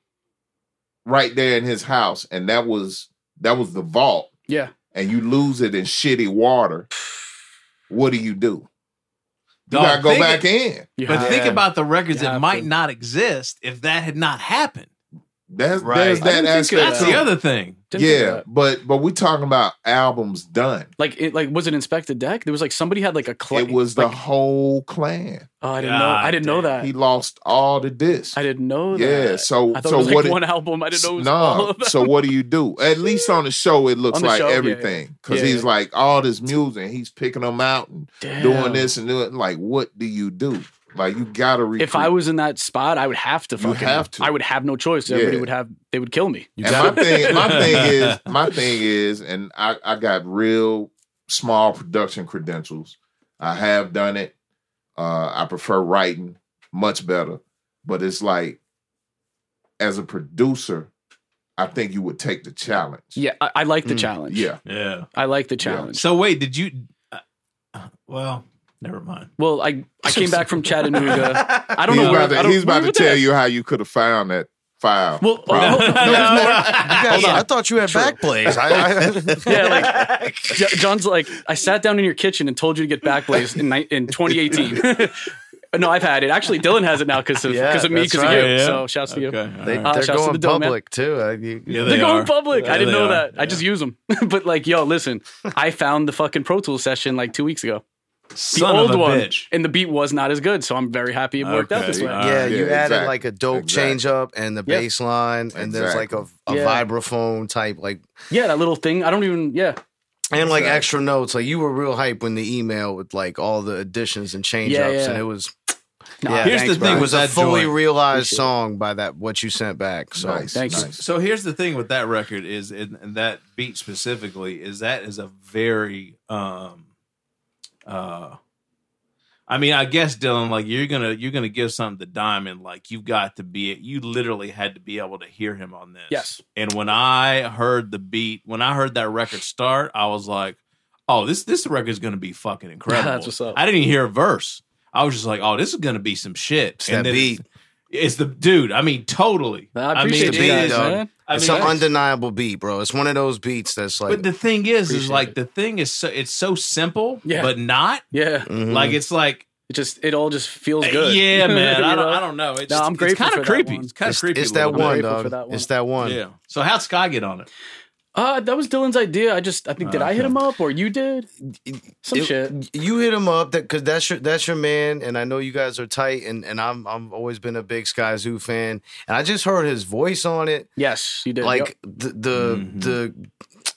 S2: right there in his house, and that was that was the vault,
S3: Yeah,
S2: and you lose it in shitty water, what do you do? You
S1: Dog,
S2: gotta go
S1: think-
S2: back in.
S3: You
S1: But
S3: have-
S1: think about the records
S3: You
S1: that
S3: have
S1: might
S3: to.
S1: not exist if that had not happened.
S2: That's
S4: Right.
S2: there's
S4: I
S2: that
S3: didn't think of
S2: aspect.
S1: That's
S3: that.
S2: too.
S1: the other thing.
S3: Didn't think of
S2: yeah,
S3: that.
S2: but but we talking about albums done.
S3: Like it, like was it Inspected Deck? There was like somebody had like a cl-
S2: It was the
S3: like,
S2: whole clan.
S3: oh I didn't know
S1: God
S3: I didn't know that
S2: He lost all the discs.
S3: I didn't know that
S2: Yeah, so
S3: I thought
S2: so
S3: it was like
S2: what? it-
S3: one album I didn't know it was
S2: Nah,
S3: all of them.
S2: so what do you do? At least on the show, it looks
S3: On the
S2: like
S3: show, yeah,
S2: everything because
S3: Yeah,
S2: he's
S3: yeah.
S2: like all this music. He's picking them out and
S3: Damn.
S2: doing this and doing like. What do you do? Like you gotta. Recruit.
S3: if I was in that spot, I would have to
S2: You
S3: fucking.
S2: have to.
S3: I would have no choice.
S2: Yeah.
S3: Everybody would have. They would kill me.
S4: You
S2: and
S4: gotta,
S2: my thing, my thing is, my thing is, and I I got real small production credentials. I have done it. Uh, I prefer writing much better, but it's like as a producer, I think you would take the challenge.
S3: Yeah, I, I like the
S4: Mm.
S3: challenge.
S2: yeah.
S1: Yeah.
S3: I like the challenge.
S1: So wait, did you? Uh, uh, well, never mind.
S3: Well, I I came back from Chattanooga. I don't
S2: he's
S3: know where
S2: About to,
S3: I don't,
S2: he's about
S3: where
S2: to
S3: was
S2: tell
S3: that?
S2: you how you could have found that file.
S3: Well, oh,
S2: Wow.
S3: hold
S1: No,
S3: on.
S1: no,
S4: you guys-
S1: we're-
S4: I thought you had back plays. I, I,
S3: yeah, like J- John's like I sat down in your kitchen and told you to get Backblaze in ni- in 2018. No, I've had it. Actually, Dylan has it now because of,
S4: Yeah,
S3: because of me,
S4: that's
S3: because
S4: right.
S3: of you.
S1: Yeah, yeah.
S3: So shouts to you.
S1: Okay, all
S4: They,
S1: right.
S3: Uh,
S4: they're
S3: shouts to
S4: going
S3: the dough, man.
S4: public too. I, you,
S1: Uh-huh. Yeah,
S3: They're
S1: They
S3: going
S1: are.
S3: public.
S1: Yeah,
S3: I didn't
S1: they
S3: know
S1: are.
S3: that.
S1: Yeah.
S3: I just use them. but like, yo, listen, I found the fucking Pro Tools session like two weeks ago. The
S1: Son
S3: old
S1: of a
S3: one.
S1: bitch.
S3: And the beat was not as good. So I'm very happy it worked out
S1: Okay,
S3: this way.
S1: all
S4: yeah,
S1: right.
S4: you
S2: Yeah,
S4: added
S2: exact-
S4: like a dope
S2: exact.
S4: change up and the
S3: Yeah.
S4: bass line, and there's like a, a
S3: Yeah.
S4: vibraphone type, like
S3: Yeah, that little thing. I don't even, yeah.
S4: and like
S2: Exactly.
S4: extra notes. Like you were real hype when the email with like all the additions and change
S3: Yeah,
S4: ups,
S3: yeah.
S4: and it was
S3: Nah,
S4: yeah.
S1: Here's
S4: thanks,
S1: the
S4: bro.
S1: thing
S4: It
S1: with
S4: was a
S1: that
S4: fully
S1: joint.
S4: realized
S3: Appreciate it.
S4: song by that what you sent back. So
S2: nice.
S3: Thank you.
S2: nice.
S1: So here's the thing with that record is, and and that beat specifically is that is a very, um, uh, I mean, I guess Dylan, like you're gonna you're gonna give something to Diamond, like you've got to be You literally had to be able to hear him on this.
S3: Yes.
S1: And when I heard the beat, when I heard that record start, I was like, "Oh, this this record is gonna be fucking incredible."
S3: That's what's up.
S1: I didn't even hear a verse. I was just like, "Oh, this is gonna be some shit."
S4: It's that
S1: then
S4: beat.
S1: It's, it's the dude. I mean, totally.
S3: I appreciate
S1: mean,
S3: you
S4: it
S3: guys,
S4: is, dog.
S3: man.
S1: I
S4: it's
S1: mean,
S4: an undeniable beat, bro. It's one of those beats that's like
S1: but the thing is, is
S3: Appreciate
S1: like
S3: it.
S1: the thing is, so, it's so simple,
S3: Yeah.
S1: but not
S3: Yeah.
S4: mhm.
S1: like it's like, eh,
S3: It just, it all just feels good.
S1: yeah, man. I
S3: You
S1: don't,
S3: know?
S1: I don't know. It's,
S3: No, I'm
S1: it's
S3: grateful
S1: kind
S3: for
S1: of
S3: that
S1: creepy.
S3: one.
S1: It's kind of
S4: it's,
S1: creepy.
S4: it's
S1: a
S4: that
S1: little
S4: one,
S3: Grateful
S4: dog.
S3: for that one.
S4: It's that one.
S1: bit. Yeah. So how'd Sky get on it?
S3: Uh, that was Dylan's idea. I just, I think,
S4: Oh,
S3: did I hit
S1: Okay.
S3: him up or you did? Some
S4: It-
S3: shit.
S4: You hit him up that because that's your that's your man, and I know you guys are tight, and and I'm I'm always been a big Sky Zoo fan, and I just heard his voice on it,
S3: Yes, you did.
S4: like the the
S1: Mhm.
S4: the.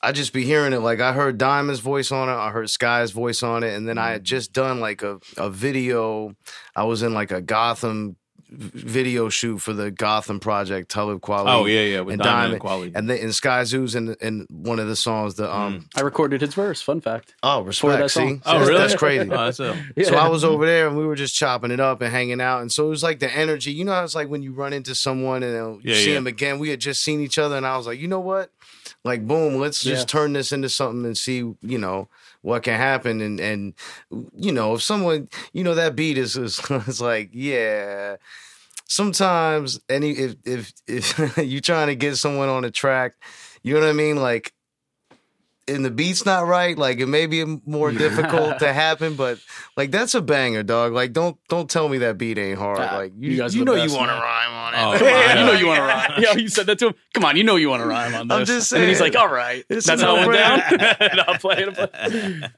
S4: I just be hearing it like I heard Diamond's voice on it, I heard Sky's voice on it, and then
S1: Mm-hmm.
S4: I had just done like a, a video. I was in like a Gotham v- video shoot for the Gotham project, Talib Kweli.
S1: Oh yeah, yeah, with
S4: And
S1: diamond,
S4: Diamond.
S1: quality.
S4: And then and Sky Zoo's in in one of the songs, the um
S3: I recorded his verse. Fun fact.
S4: Oh respect.
S3: that
S4: See?
S3: song.
S1: Mm. oh
S4: That's-
S1: really?
S4: That's crazy.
S1: Oh, that's a-
S4: So I was over there and we were just chopping it up and hanging out. And so it was like the energy. You know how it's like when you run into someone and uh, you
S1: Yeah,
S4: see
S1: yeah.
S4: them again. We had just seen each other and I was like, you know what? Like boom, let's
S3: Yeah.
S4: just turn this into something and see, you know, what can happen. And and you know, if someone, you know, that beat is is, is like, yeah. Sometimes any if if if you're trying to get someone on a track, you know what I mean? Like and the beat's not right, like it may be more difficult to happen, but like that's a banger, dog. Like don't don't tell me that beat ain't hard.
S3: Ah,
S4: Like you,
S3: you guys are
S4: you
S3: the
S4: know
S3: best,
S4: you want to
S3: man.
S4: rhyme on it.
S1: Oh,
S4: Come on,
S1: yeah.
S3: you know
S4: dog.
S3: you want to rhyme. Yeah, you said that to him. Come on, you know you want to rhyme on this.
S4: I'm just
S3: And then he's
S4: saying.
S3: like, all right,
S4: It's
S3: that's
S4: a
S3: how it went down.
S4: no-brainer.
S3: And I'll play it.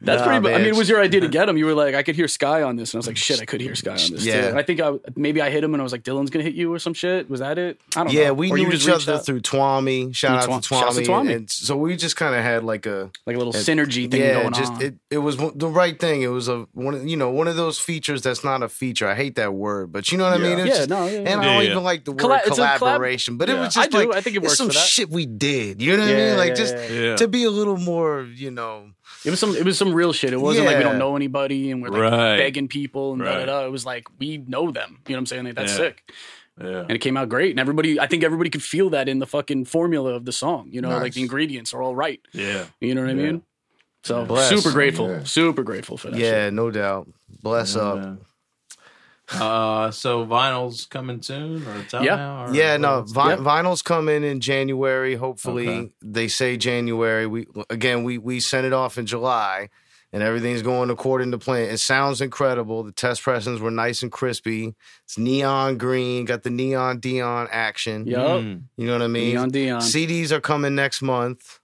S3: That's
S4: Nah,
S3: pretty. bu- I
S4: man,
S3: mean, it
S4: it's-
S3: was your idea to get him. You were like, I could hear Sky on this, and I was like, shit, I could hear Sky on this.
S4: Yeah.
S3: too. And I think I maybe I hit him, and I was like, Dylan's gonna hit you or some shit. Was that it? I don't know.
S4: Yeah, we
S3: Or you
S4: knew
S3: just
S4: each
S3: reached
S4: other
S3: out,
S4: through Twami. Shout
S3: Through
S4: out to
S3: Twami.
S4: Twami.
S3: Shouts to Twami.
S4: And so we just kind of had like a
S3: like a little synergy thing
S4: yeah,
S3: going
S4: just
S3: on.
S4: it it was one- the right thing. It was a one of- you know one of those features that's not a feature. I hate that word, but you know what I
S2: Yeah.
S4: mean. It's
S3: yeah,
S4: just-
S3: no, yeah, yeah.
S4: And I
S1: Yeah,
S4: don't
S1: yeah.
S4: even like the word
S3: Colla- it's a collab-
S4: collaboration, but it
S1: Yeah.
S4: was
S3: I
S4: just
S3: do.
S4: like
S3: I think it
S4: it's
S3: works
S4: some
S3: for that.
S4: shit we did. You know what I
S3: Yeah,
S4: mean? Like
S3: yeah,
S4: just
S3: yeah.
S1: yeah.
S4: to be a little more, you know,
S3: It was some. It was some real shit. It wasn't like we
S4: Yeah.
S3: don't know anybody and we're like
S1: Right.
S3: begging people and da da
S1: Right.
S3: da. It was like we know them. You know what I'm saying? Like, that's
S1: Yeah.
S3: sick.
S1: yeah.
S3: and it came out great. And everybody, I think everybody could feel that in the fucking formula of the song. You know,
S2: Nice.
S3: like the ingredients are all right.
S1: Yeah.
S3: You know what I
S1: Yeah.
S3: mean? So
S4: Bless.
S3: super grateful,
S2: Yeah.
S3: super grateful for that. shit.
S4: yeah, no doubt. Bless up.
S1: Yeah. Uh, so vinyl's coming soon, or it's out
S3: Yeah.
S1: now? Or
S4: Yeah, no.
S1: what's-
S4: Vi-
S3: Yep.
S4: Vinyls come in in January. Hopefully,
S1: Okay.
S4: they say January. We again, we we sent it off in July, and everything's going according to plan. It sounds incredible. The test pressings were nice and crispy. It's neon green, got the neon Dion action.
S3: Yup.
S1: Mm,
S4: You know what I mean?
S3: Neon Dion.
S4: CDs are coming next month.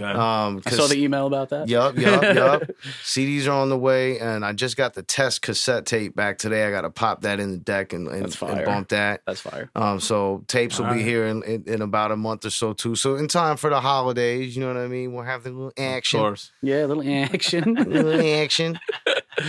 S1: okay.
S4: Um,
S3: I
S4: 'cause-
S3: saw the E email about that.
S4: Yup, yup, yup. CDs are on the way, and I just got the test cassette tape back today. I got to pop that in the deck and, and,
S3: That's
S4: and
S3: fire.
S4: bump that.
S3: That's fire.
S4: Um, so tapes will
S1: All
S4: be
S1: right.
S4: here in, in, in about a month or so too. So in time for the holidays, you know what I mean. We'll have the little action,
S1: Of course.
S3: Yeah, a little action.
S4: little action,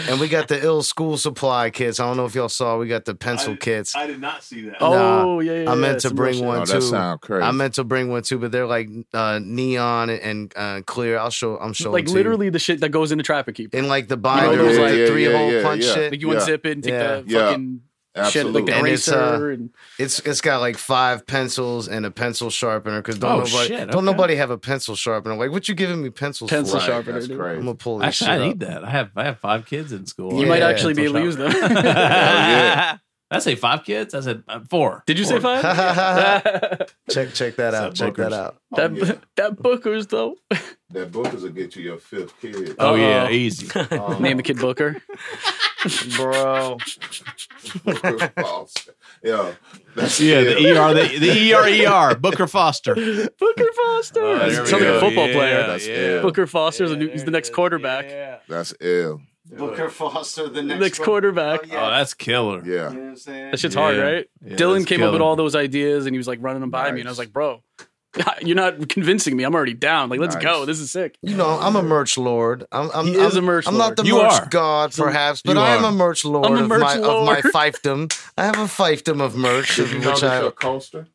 S4: and we got the ill school supply kits. I don't know if y'all saw. We got the pencil kits. I,
S1: did not see that.
S3: oh yeah, yeah, yeah.
S4: I meant to
S3: some
S4: bring
S3: real shit.
S4: one.
S2: Oh,
S4: too.
S2: that sound crazy.
S4: meant to bring one too, but they're like uh, neon and uh, clear. I'll show. I'm showing
S3: Like
S4: to you.
S3: literally the shit that goes into Traffic Keeper.
S4: in like the
S3: know
S4: binder,
S3: those,
S4: like
S3: like-
S4: the
S2: Yeah,
S4: three
S2: yeah,
S4: hole
S2: yeah,
S4: punch
S2: yeah.
S4: shit.
S3: Like you
S2: Yeah.
S3: unzip it and take the
S2: Yeah.
S3: fucking
S2: Absolutely.
S3: shit, like the
S4: And it's,
S3: eraser.
S4: uh,
S3: and,
S4: It's it's got like five pencils and a pencil sharpener because don't
S1: Oh,
S4: nobody
S1: shit,
S4: don't
S1: okay.
S4: nobody have a pencil sharpener. Like what you giving me pencils
S3: Pencil
S4: for?
S2: right,
S3: sharpener,
S2: That's
S3: dude.
S4: I'm
S2: crazy.
S4: gonna pull this
S1: Actually,
S4: shit
S1: I
S4: up.
S1: need that. I have I have five kids in school.
S3: you
S1: I
S3: might
S1: need a
S3: actually be
S1: pencil
S3: able to use
S1: sharpener.
S3: them.
S1: Did I say five kids? I said uh, four.
S3: Did you say
S1: Four.
S3: five?
S4: Oh,
S3: that
S4: check check that out. Check that
S1: bookers.
S4: out.
S2: yeah.
S3: that Booker's though.
S2: That bookers will get you your fifth kid.
S1: Oh
S3: Uh-oh.
S1: yeah, easy.
S2: Um,
S3: Name the kid Booker.
S4: bro.
S2: Foster. Yeah, that's
S1: Yeah, the
S3: E
S1: ER, the, the ER, ER, Booker Foster.
S3: Booker Foster.
S1: Oh,
S2: That's
S1: there we
S3: Sounds like
S1: go.
S3: a football
S1: Yeah,
S3: player.
S2: That's
S1: yeah.
S2: ill.
S3: Booker Foster's the new, he's the next quarterback.
S2: That's ill.
S4: Booker Foster, the
S3: The
S4: next,
S3: next quarterback.
S4: Oh,
S1: Oh,
S4: yeah.
S1: that's killer.
S2: Yeah,
S4: You know what I'm saying?
S3: That shit's
S1: Yeah.
S3: hard, right?
S1: Yeah,
S3: Dylan
S1: that's
S3: came up with
S1: killer.
S3: all those ideas and he was like running them by me. And I was
S2: Nice.
S3: like, bro, you're not convincing me. I'm already down. Like, let's
S2: Nice.
S3: go. This is sick.
S4: You know, I'm a merch lord. I'm, I'm,
S3: He
S4: I'm,
S3: is a merch
S4: I'm
S3: lord.
S4: not the
S1: You
S4: merch
S1: are.
S4: god, perhaps, but
S1: You
S4: I am
S1: are.
S4: a merch lord
S3: I'm a
S4: of
S3: merch
S4: my of my
S3: lord.
S4: fiefdom. I have a fiefdom of merch,
S2: Did
S4: of
S2: you know
S4: which
S2: this
S4: I
S2: your coaster?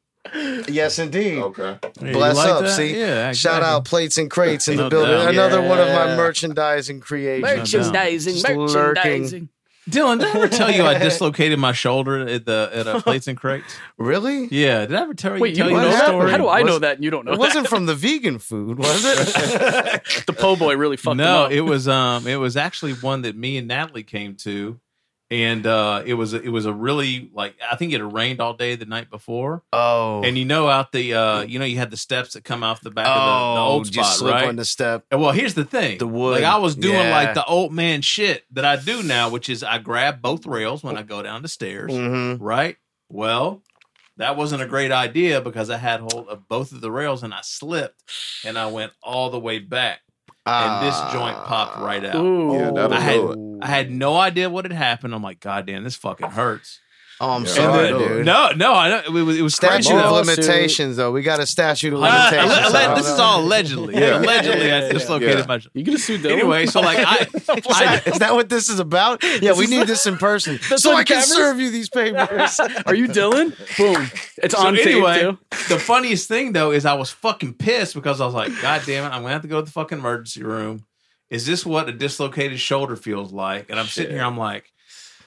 S4: yes, indeed.
S2: Okay,
S1: Yeah, you
S4: Bless up,
S1: that?
S4: see?
S1: Yeah,
S4: Shout out plates and crates in the
S1: No
S4: building.
S1: doubt.
S4: Another one of my
S2: Yeah.
S4: merchandising creations.
S3: Merchandising,
S4: Just lurking.
S3: merchandising.
S1: Dylan, did I ever tell you I dislocated my shoulder at the at a plates and crates?
S4: Really?
S1: Yeah, did I ever tell you?
S3: Wait, you
S1: tell
S3: know
S1: you
S4: what
S1: that
S4: happened?
S1: story?
S3: How do I know
S4: Was-
S3: that? and You don't know
S4: It wasn't from the vegan food, was it?
S3: that? the po' boy really fucked him
S1: no,
S3: up.
S1: it was um, it was actually one that me and Natalie came to, and uh, it was it was a really like I think it had rained all day the night before,
S4: oh,
S1: and you know out the uh, you know you had the steps that come off the back of the, the
S4: oh,
S1: old
S4: just
S1: spot,
S4: slip
S1: right?
S4: on the step.
S1: And well, here's the thing:
S4: The wood.
S1: Like I was doing
S4: Yeah.
S1: like the old man shit that I do now, which is I grab both rails when I go down the stairs,
S4: hmm
S1: right? Well, that wasn't a great idea because I had hold of both of the rails and I slipped, and I went all the way back, and this
S4: Ah.
S1: joint popped right out.
S3: Ooh.
S2: Yeah, that'll
S1: I had-
S2: do it.
S4: Uh,
S1: I had no idea what had happened. I'm like, God damn, this fucking hurts.
S4: Oh, I'm
S2: Yeah.
S4: sorry,
S1: And then-
S4: dude.
S1: No, no, I don't, it was it was crazy.
S4: Statute
S1: though.
S4: of
S3: Lawsuit.
S4: limitations, though. We got a statute of
S1: Uh, alle-
S4: limitations.
S1: alle-
S4: I
S1: this
S4: don't
S1: is
S4: know.
S1: all allegedly.
S2: Yeah.
S1: Allegedly, I
S4: Yeah.
S1: dislocated
S2: Yeah.
S1: my.
S3: You gonna sue Dylan?
S1: Anyway, so like I,
S4: Is
S1: I
S4: that- is that what this is about? Yeah, we need this in person so
S3: on
S4: I can
S3: camera?
S4: serve you these papers.
S3: are you Dylan? Boom. It's
S1: So
S3: on
S1: anyway,
S3: tape too.
S1: the funniest thing though is I was fucking pissed because I was like, God damn it, I'm gonna have to go to the fucking emergency room. Is this what a dislocated shoulder feels like? And I'm sitting here, I'm like,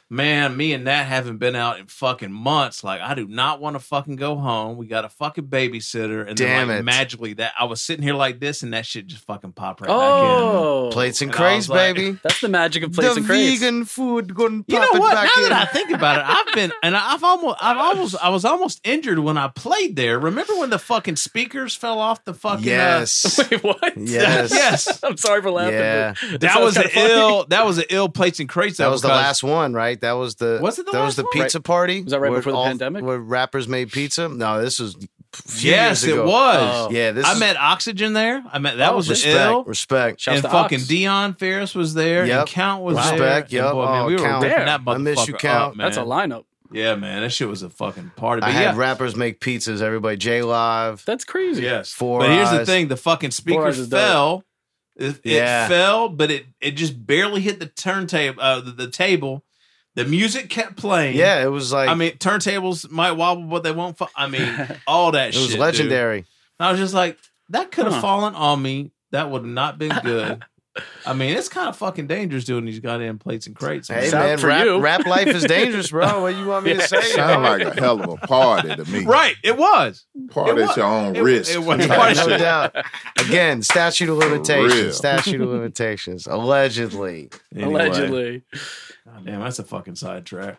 S1: man, me and Nat haven't been out in fucking months. Like, I do not want to fucking go home. We got a fucking babysitter, and then
S4: Damn
S1: like,
S4: it.
S1: magically that I was sitting here like this, and that shit just fucking popped right back in.
S3: Oh,
S4: Plates and
S1: And I was
S4: craze,
S1: like-
S4: baby.
S3: that's the magic of plates
S4: the
S3: and crates.
S4: vegan food going
S1: You know what? Now that I think about it, I've been and I've almost, I've almost, I was almost injured when I played there. Remember when the fucking speakers fell off the fucking? uh,
S4: yes.
S3: Wait, what?
S4: Yes.
S1: yes.
S3: I'm sorry for laughing.
S4: Yeah.
S3: but
S1: That
S3: sounds
S1: was an
S3: kinda funny.
S1: ill. That was an ill plates and crates.
S4: That
S1: though,
S4: was the
S1: because-
S4: last one, right? That was the
S1: Was it the
S4: that
S1: last
S4: was the
S1: one?
S4: pizza party?
S3: Was that right
S4: where
S3: before the pandemic?
S4: Where rappers made pizza? No, this was few
S1: Yes,
S4: years
S1: it
S4: ago.
S1: was.
S3: Oh.
S4: Yeah, this
S1: I
S4: is-
S1: met Oxygen there. I met that
S3: Oh,
S1: was an
S4: respect,
S1: ill.
S4: respect.
S3: Shouts
S1: and
S3: to
S1: fucking
S3: Ox.
S1: Dion Ferris was there.
S4: Yep.
S1: And Count was
S4: Respect,
S1: there. And
S4: yep.
S1: boy, man,
S4: Oh,
S1: we were
S4: Count.
S1: ripping that
S4: I
S1: motherfucker
S4: miss you, Count.
S1: up, man.
S3: That's a lineup.
S1: Yeah, man, that shit was a fucking party. But
S4: I had
S1: yeah,
S4: rappers make pizzas. Everybody, J Live.
S3: That's crazy.
S1: yes.
S4: Four
S1: but here's the
S4: Eyes.
S1: thing: the fucking
S3: Eyes
S1: speakers
S3: is dope.
S1: fell. It, it
S4: Yeah.
S1: fell, but it it just barely hit the turntable. Uh, the, the table. The music kept playing.
S4: Yeah, it was like
S1: I mean, turntables might wobble, but they won't. Fu- I mean, all that
S4: it
S1: shit.
S4: was
S1: dude.
S4: legendary.
S1: And I was just like, that could have
S3: Huh.
S1: fallen on me. That would have not been good. I mean, it's kind of fucking dangerous doing these goddamn plates and crates.
S4: Hey
S1: man.
S3: Sound
S4: man,
S3: for
S4: rap,
S3: you.
S4: rap life is dangerous, bro. What you want me to say?
S2: sound like a hell of a party to me.
S1: Right, it was.
S2: party
S1: It
S2: at your own
S1: it-
S2: risk.
S1: it was-
S2: type
S1: Party.
S4: no
S2: shit.
S4: doubt. Again, statute of limitations.
S2: real.
S4: Statute of limitations. Allegedly.
S1: Anyway.
S3: Allegedly.
S1: Goddamn, that's a fucking sidetrack.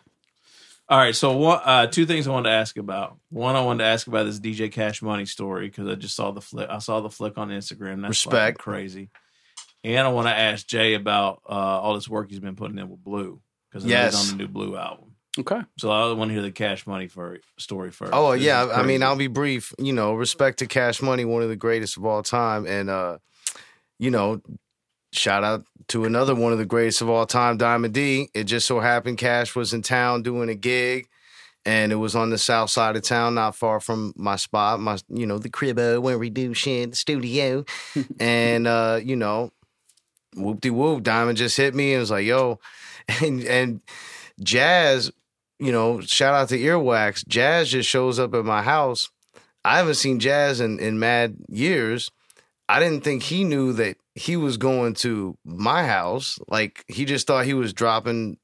S1: All right, so one, uh, two things I wanted to ask about. One, I wanted to ask about this DJ Cash Money story because I just saw the flick. I saw the flick on Instagram. That's
S4: Respect.
S1: fucking crazy. And I want to ask Jay about uh, all this work he's been putting in with Blue because
S4: Yes.
S1: he's on the new Blue album.
S3: Okay.
S1: So I want to hear the Cash Money for story first.
S4: Oh
S1: This
S4: yeah,
S1: is
S4: I mean
S1: crazy.
S4: I'll be brief. You know, respect to Cash Money, one of the greatest of all time, and uh, you know, shout out to another one of the greatest of all time, Diamond D. It just so happened Cash was in town doing a gig, and it was on the south side of town, not far from my spot, my you know the cribbo where we do shit, the studio, and uh, you know, whoop de whoop, Diamond just hit me and was like, yo, and and Jazz you know, shout out to Earwax. Jazz just shows up at my house. I haven't seen Jazz in, in mad years. I didn't think he knew that he was going to my house. Like he just thought he was dropping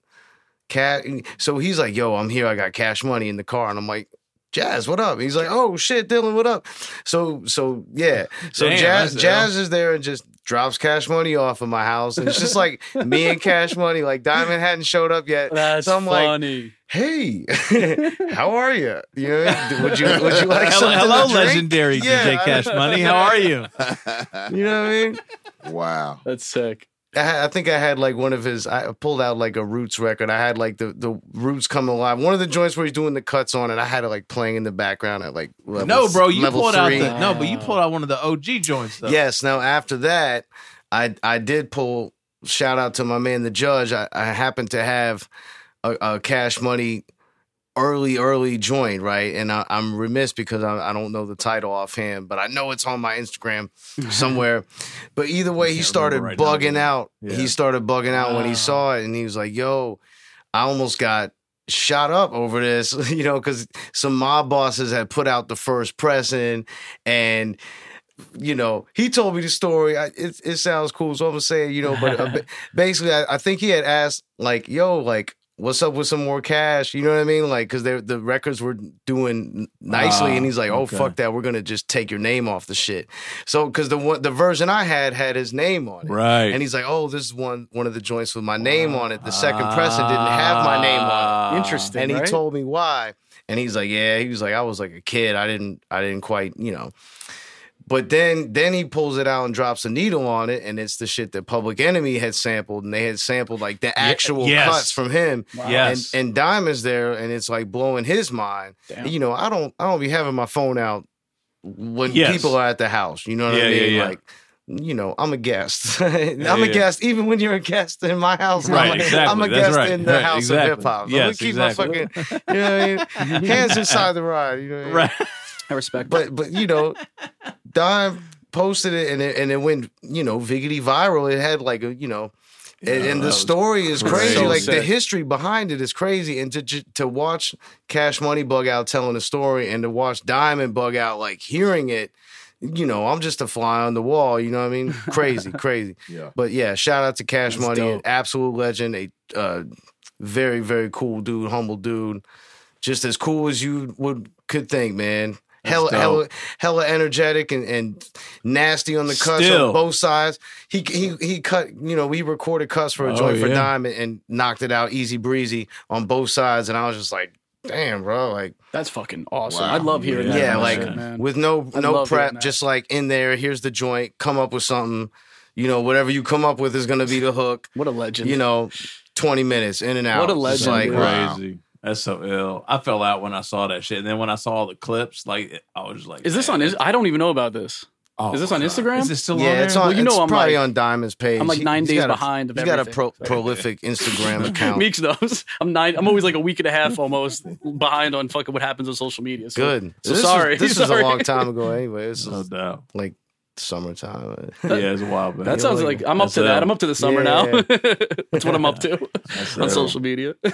S4: cash. So he's like, "Yo, I'm here. I got cash money in the car," and I'm like. Jazz, what up? He's like, oh shit, Dylan, what up? So, so yeah, so
S1: Damn, that's-
S4: Jazz, Jazz is there and just drops cash money off of my house, and it's just like me and cash money. Like Diamond hadn't showed up yet,
S3: That's
S4: so I'm like,
S3: funny.
S4: hey, how are you? You know, would you would you like
S1: hello,
S4: something
S1: hello,
S4: to drink?
S1: legendary
S4: Yeah,
S1: DJ Cash Money. How are you?
S4: You know what I mean?
S2: wow.
S3: That's sick.
S4: I, had- I think I had like one of his. I pulled out like a Roots record. I had like the the Roots come alive. One of the joints where he's doing the cuts on, and I had it like playing in the background at like level,
S1: no, bro, you
S4: level
S1: pulled out
S4: three.
S1: the, no, but you pulled out one of the OG joints though.
S4: Yes. Now after that, I I did pull. Shout out to my man the judge. I, I happened to have a, a Cash Money early early joint right, and I, I'm remiss because I, I don't know the title offhand, but I know it's on my Instagram somewhere. but either way, he
S1: can't
S4: started
S1: remember right now.
S4: bugging out. He
S1: Yeah.
S4: started bugging out when he
S3: Ah.
S4: saw it, and he was like, "Yo, I almost got." Shot up over this, you know, because some mob bosses had put out the first pressing, and you know, he told me the story. I, it, it sounds cool, so I'm gonna say it, you know. But uh, ba- basically, I, I think he had asked, like, yo, like, what's up with some more cash? You know what I mean? Like, because the records were doing nicely,
S1: Ah,
S4: and he's like, oh,
S1: okay.
S4: fuck that. We're gonna just take your name off the shit. So, because the one, the version I had had his name on it.
S1: right. Ah,
S4: And he's like, "Oh, this is one one of the joints with my name on it. The second pressing didn't have my name on it."
S3: Interesting.
S4: and he
S3: right?
S4: told me why and he's like yeah he was like i was like a kid i didn't i didn't quite you know but then then he pulls it out and drops a needle on it and it's the shit that public enemy had sampled and they had sampled like the actual
S1: yes.
S4: cuts from him
S1: Yes.
S4: and, and diamonds there and it's like blowing his mind
S3: Damn.
S4: you know i don't i don't be having my phone out when
S1: Yes.
S4: people are at the house you know what i
S1: Yeah, yeah,
S4: mean
S1: yeah.
S4: like you know, I'm a guest. I'm a
S1: yeah.
S4: guest, even when you're a guest in my house. I'm
S1: Right,
S4: like-
S1: exactly.
S4: I'm a
S1: That's
S4: guest
S1: right.
S4: in the
S1: Right,
S4: house
S1: exactly.
S4: of hip hop.
S1: Yes,
S4: keep my
S1: exactly.
S4: fucking you know what I mean? Hands inside the ride, you know. What I mean?
S1: right.
S3: I respect. that.
S4: But but you know, Dime posted it and it and it went, you know, viggity viral. It had like a, you know, and,
S1: Yeah,
S4: and
S1: that
S4: the
S1: was
S4: story is crazy.
S1: crazy.
S4: Like the
S3: Sick.
S4: history behind it is crazy. And to ju- to watch Cash Money bug out telling the story and to watch Diamond bug out like hearing it, you know, I'm just a fly on the wall. You know what I mean? Crazy, crazy.
S2: Yeah.
S4: But yeah, shout out to Cash
S3: That's
S4: Money, an
S3: dope.
S4: absolute legend, a uh, very very cool dude, humble dude, just as cool as you would could think, man. Hella,
S1: dope.
S4: hella, hella energetic and, and nasty on the cuts on
S1: Still.
S4: both sides. He he he cut, you know, we recorded cuts for a
S1: Oh,
S4: joint for
S1: yeah.
S4: dime and, and knocked it out easy breezy on both sides, and I was just like, damn, bro, like
S3: That's fucking awesome.
S2: Wow.
S3: I love hearing
S1: Yeah,
S3: that.
S4: yeah,
S3: kind of
S4: like
S3: shit, man.
S4: with no
S3: I
S4: no
S3: love hearing
S4: prep,
S3: that.
S4: just like in there. Here's the joint. Come up with something. You know, whatever you come up with is gonna be the hook.
S3: what a legend.
S4: You know, twenty minutes in and out.
S3: What a
S4: It's
S3: legend,
S4: Like,
S3: dude.
S4: wow.
S1: crazy. That's so ill. I fell out when I saw that shit, and then when I saw all the clips, like I was just like,
S3: is this
S1: man,
S3: on? Is, I don't even know about this.
S1: oh,
S3: is this on
S1: God.
S3: Instagram?
S1: Is this still on?
S4: Yeah, it's
S1: there?
S4: on.
S3: Well, you know
S4: it's
S3: I'm
S4: probably
S3: like-
S4: on Diamond's page.
S3: I'm like
S4: He-
S3: nine
S4: he's
S3: days
S4: got a-
S3: behind of
S4: He's got a
S3: everything.
S4: pro- prolific Instagram account.
S3: Meeks knows. I'm nine. I'm always like a week and a half almost behind on fucking what happens on social media. So
S4: Good.
S3: So
S4: this was-
S3: sorry.
S4: this was a
S3: Sorry. Oh.
S4: long time ago. Anyway, this
S1: No
S4: is
S1: doubt.
S4: like summertime.
S1: Yeah, it's wild. Man.
S3: That sounds like I'm up
S1: That's
S3: to that.
S1: it.
S3: I'm up to the summer
S4: Yeah.
S3: now. That's what I'm up to
S1: That's
S3: on
S1: it.
S3: social media.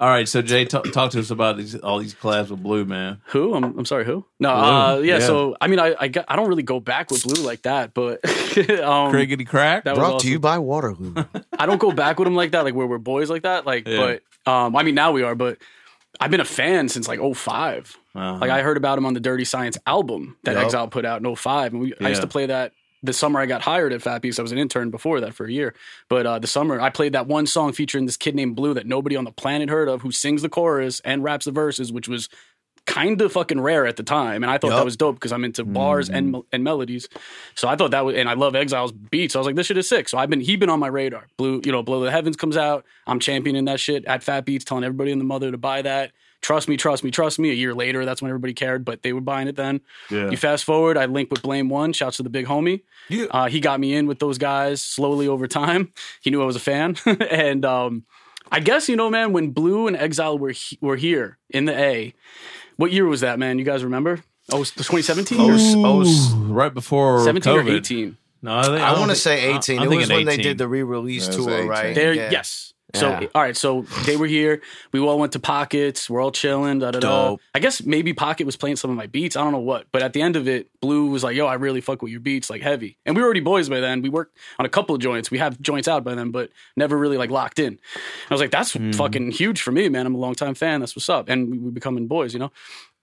S1: All right, so Jay, t- talk to us about these all these collabs with Blue, man.
S3: Who? I'm, I'm sorry, who? No,
S1: Blue,
S3: uh, yeah,
S1: yeah.
S3: So I mean, I I, got, I don't really go back with blue like that, but um,
S1: Crickety crack.
S3: that was
S4: Brought
S3: awesome.
S4: to you by Waterloo.
S3: I don't go back with him like that, like where we're boys like that. Like,
S1: Yeah.
S3: but um, I mean, now we are, but I've been a fan since like 05.
S1: Uh-huh.
S3: Like I heard about him on the Dirty Science album that
S4: Yup.
S3: Exile put out in 05. And we, I used
S1: Yeah.
S3: to play that the summer I got hired at Fat Beast. I was an intern before that for a year. But uh, the summer I played that one song featuring this kid named Blue that nobody on the planet heard of who sings the chorus and raps the verses, which was kind of fucking rare at the time. And I thought
S4: Yup.
S3: that was dope because I'm into bars and, mel- and melodies. So I thought that was, and I love Exile's beats. I was like, this shit is sick. So I've been, he been on my radar. Blue, you know, Blow the Heavens comes out. I'm championing that shit at Fat Beats, telling everybody in the mother to buy that. Trust me, trust me, trust me. A year later, that's when everybody cared, but they were buying it then.
S1: yeah.
S3: You fast forward, I link with Blame One. Shouts to the big homie.
S4: Yeah.
S3: Uh, he got me in with those guys slowly over time. He knew I was a fan, and um, I guess you know, man, when Blue and Exile were he- were here in the A, what year was that, man? You guys remember? Oh, it's 2017 or
S1: Ooh,
S4: oh, s-
S1: right before
S3: 17
S1: COVID.
S3: or 18.
S1: No, I, think-
S4: I,
S1: don't
S4: want to
S1: think-
S4: say
S1: I-
S4: 18.
S1: I'm
S4: it was
S1: thinking
S4: when they
S1: 18.
S4: did the re-release
S2: It was
S4: tour,
S2: 18.
S4: right?
S3: There,
S4: Yeah.
S3: yes.
S4: Yeah.
S3: So, all right. So they were here. We all went to Pockets. We're all chilling. Da, da, da.
S4: Dope.
S3: I guess maybe Pocket was playing some of my beats. I don't know what. But at the end of it, Blue was like, "Yo, I really fuck with your beats, like heavy." And we were already boys by then. We worked on a couple of joints. We have joints out by then, but never really like locked in.
S4: Hmm.
S3: I was like, "That's fucking huge for me, man. I'm a longtime fan. That's what's up." And we, we becoming boys, you know.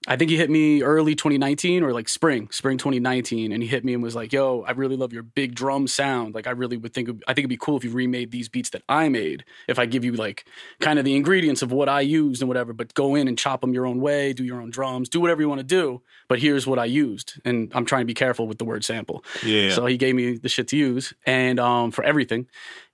S3: I think he hit me early 2019 or like spring, spring 2019, and he hit me and was like, "Yo, I really love your big drum sound. Like, I really would think it- I think it'd be cool if you remade these beats that I made. If I give you like kind of the ingredients of what I used and whatever, but go in and chop them your own way, do your own drums, do whatever you want to do. But here's what I used, and I'm trying to be careful with the word sample.
S1: Yeah.
S3: So he gave me the shit to use and um for everything.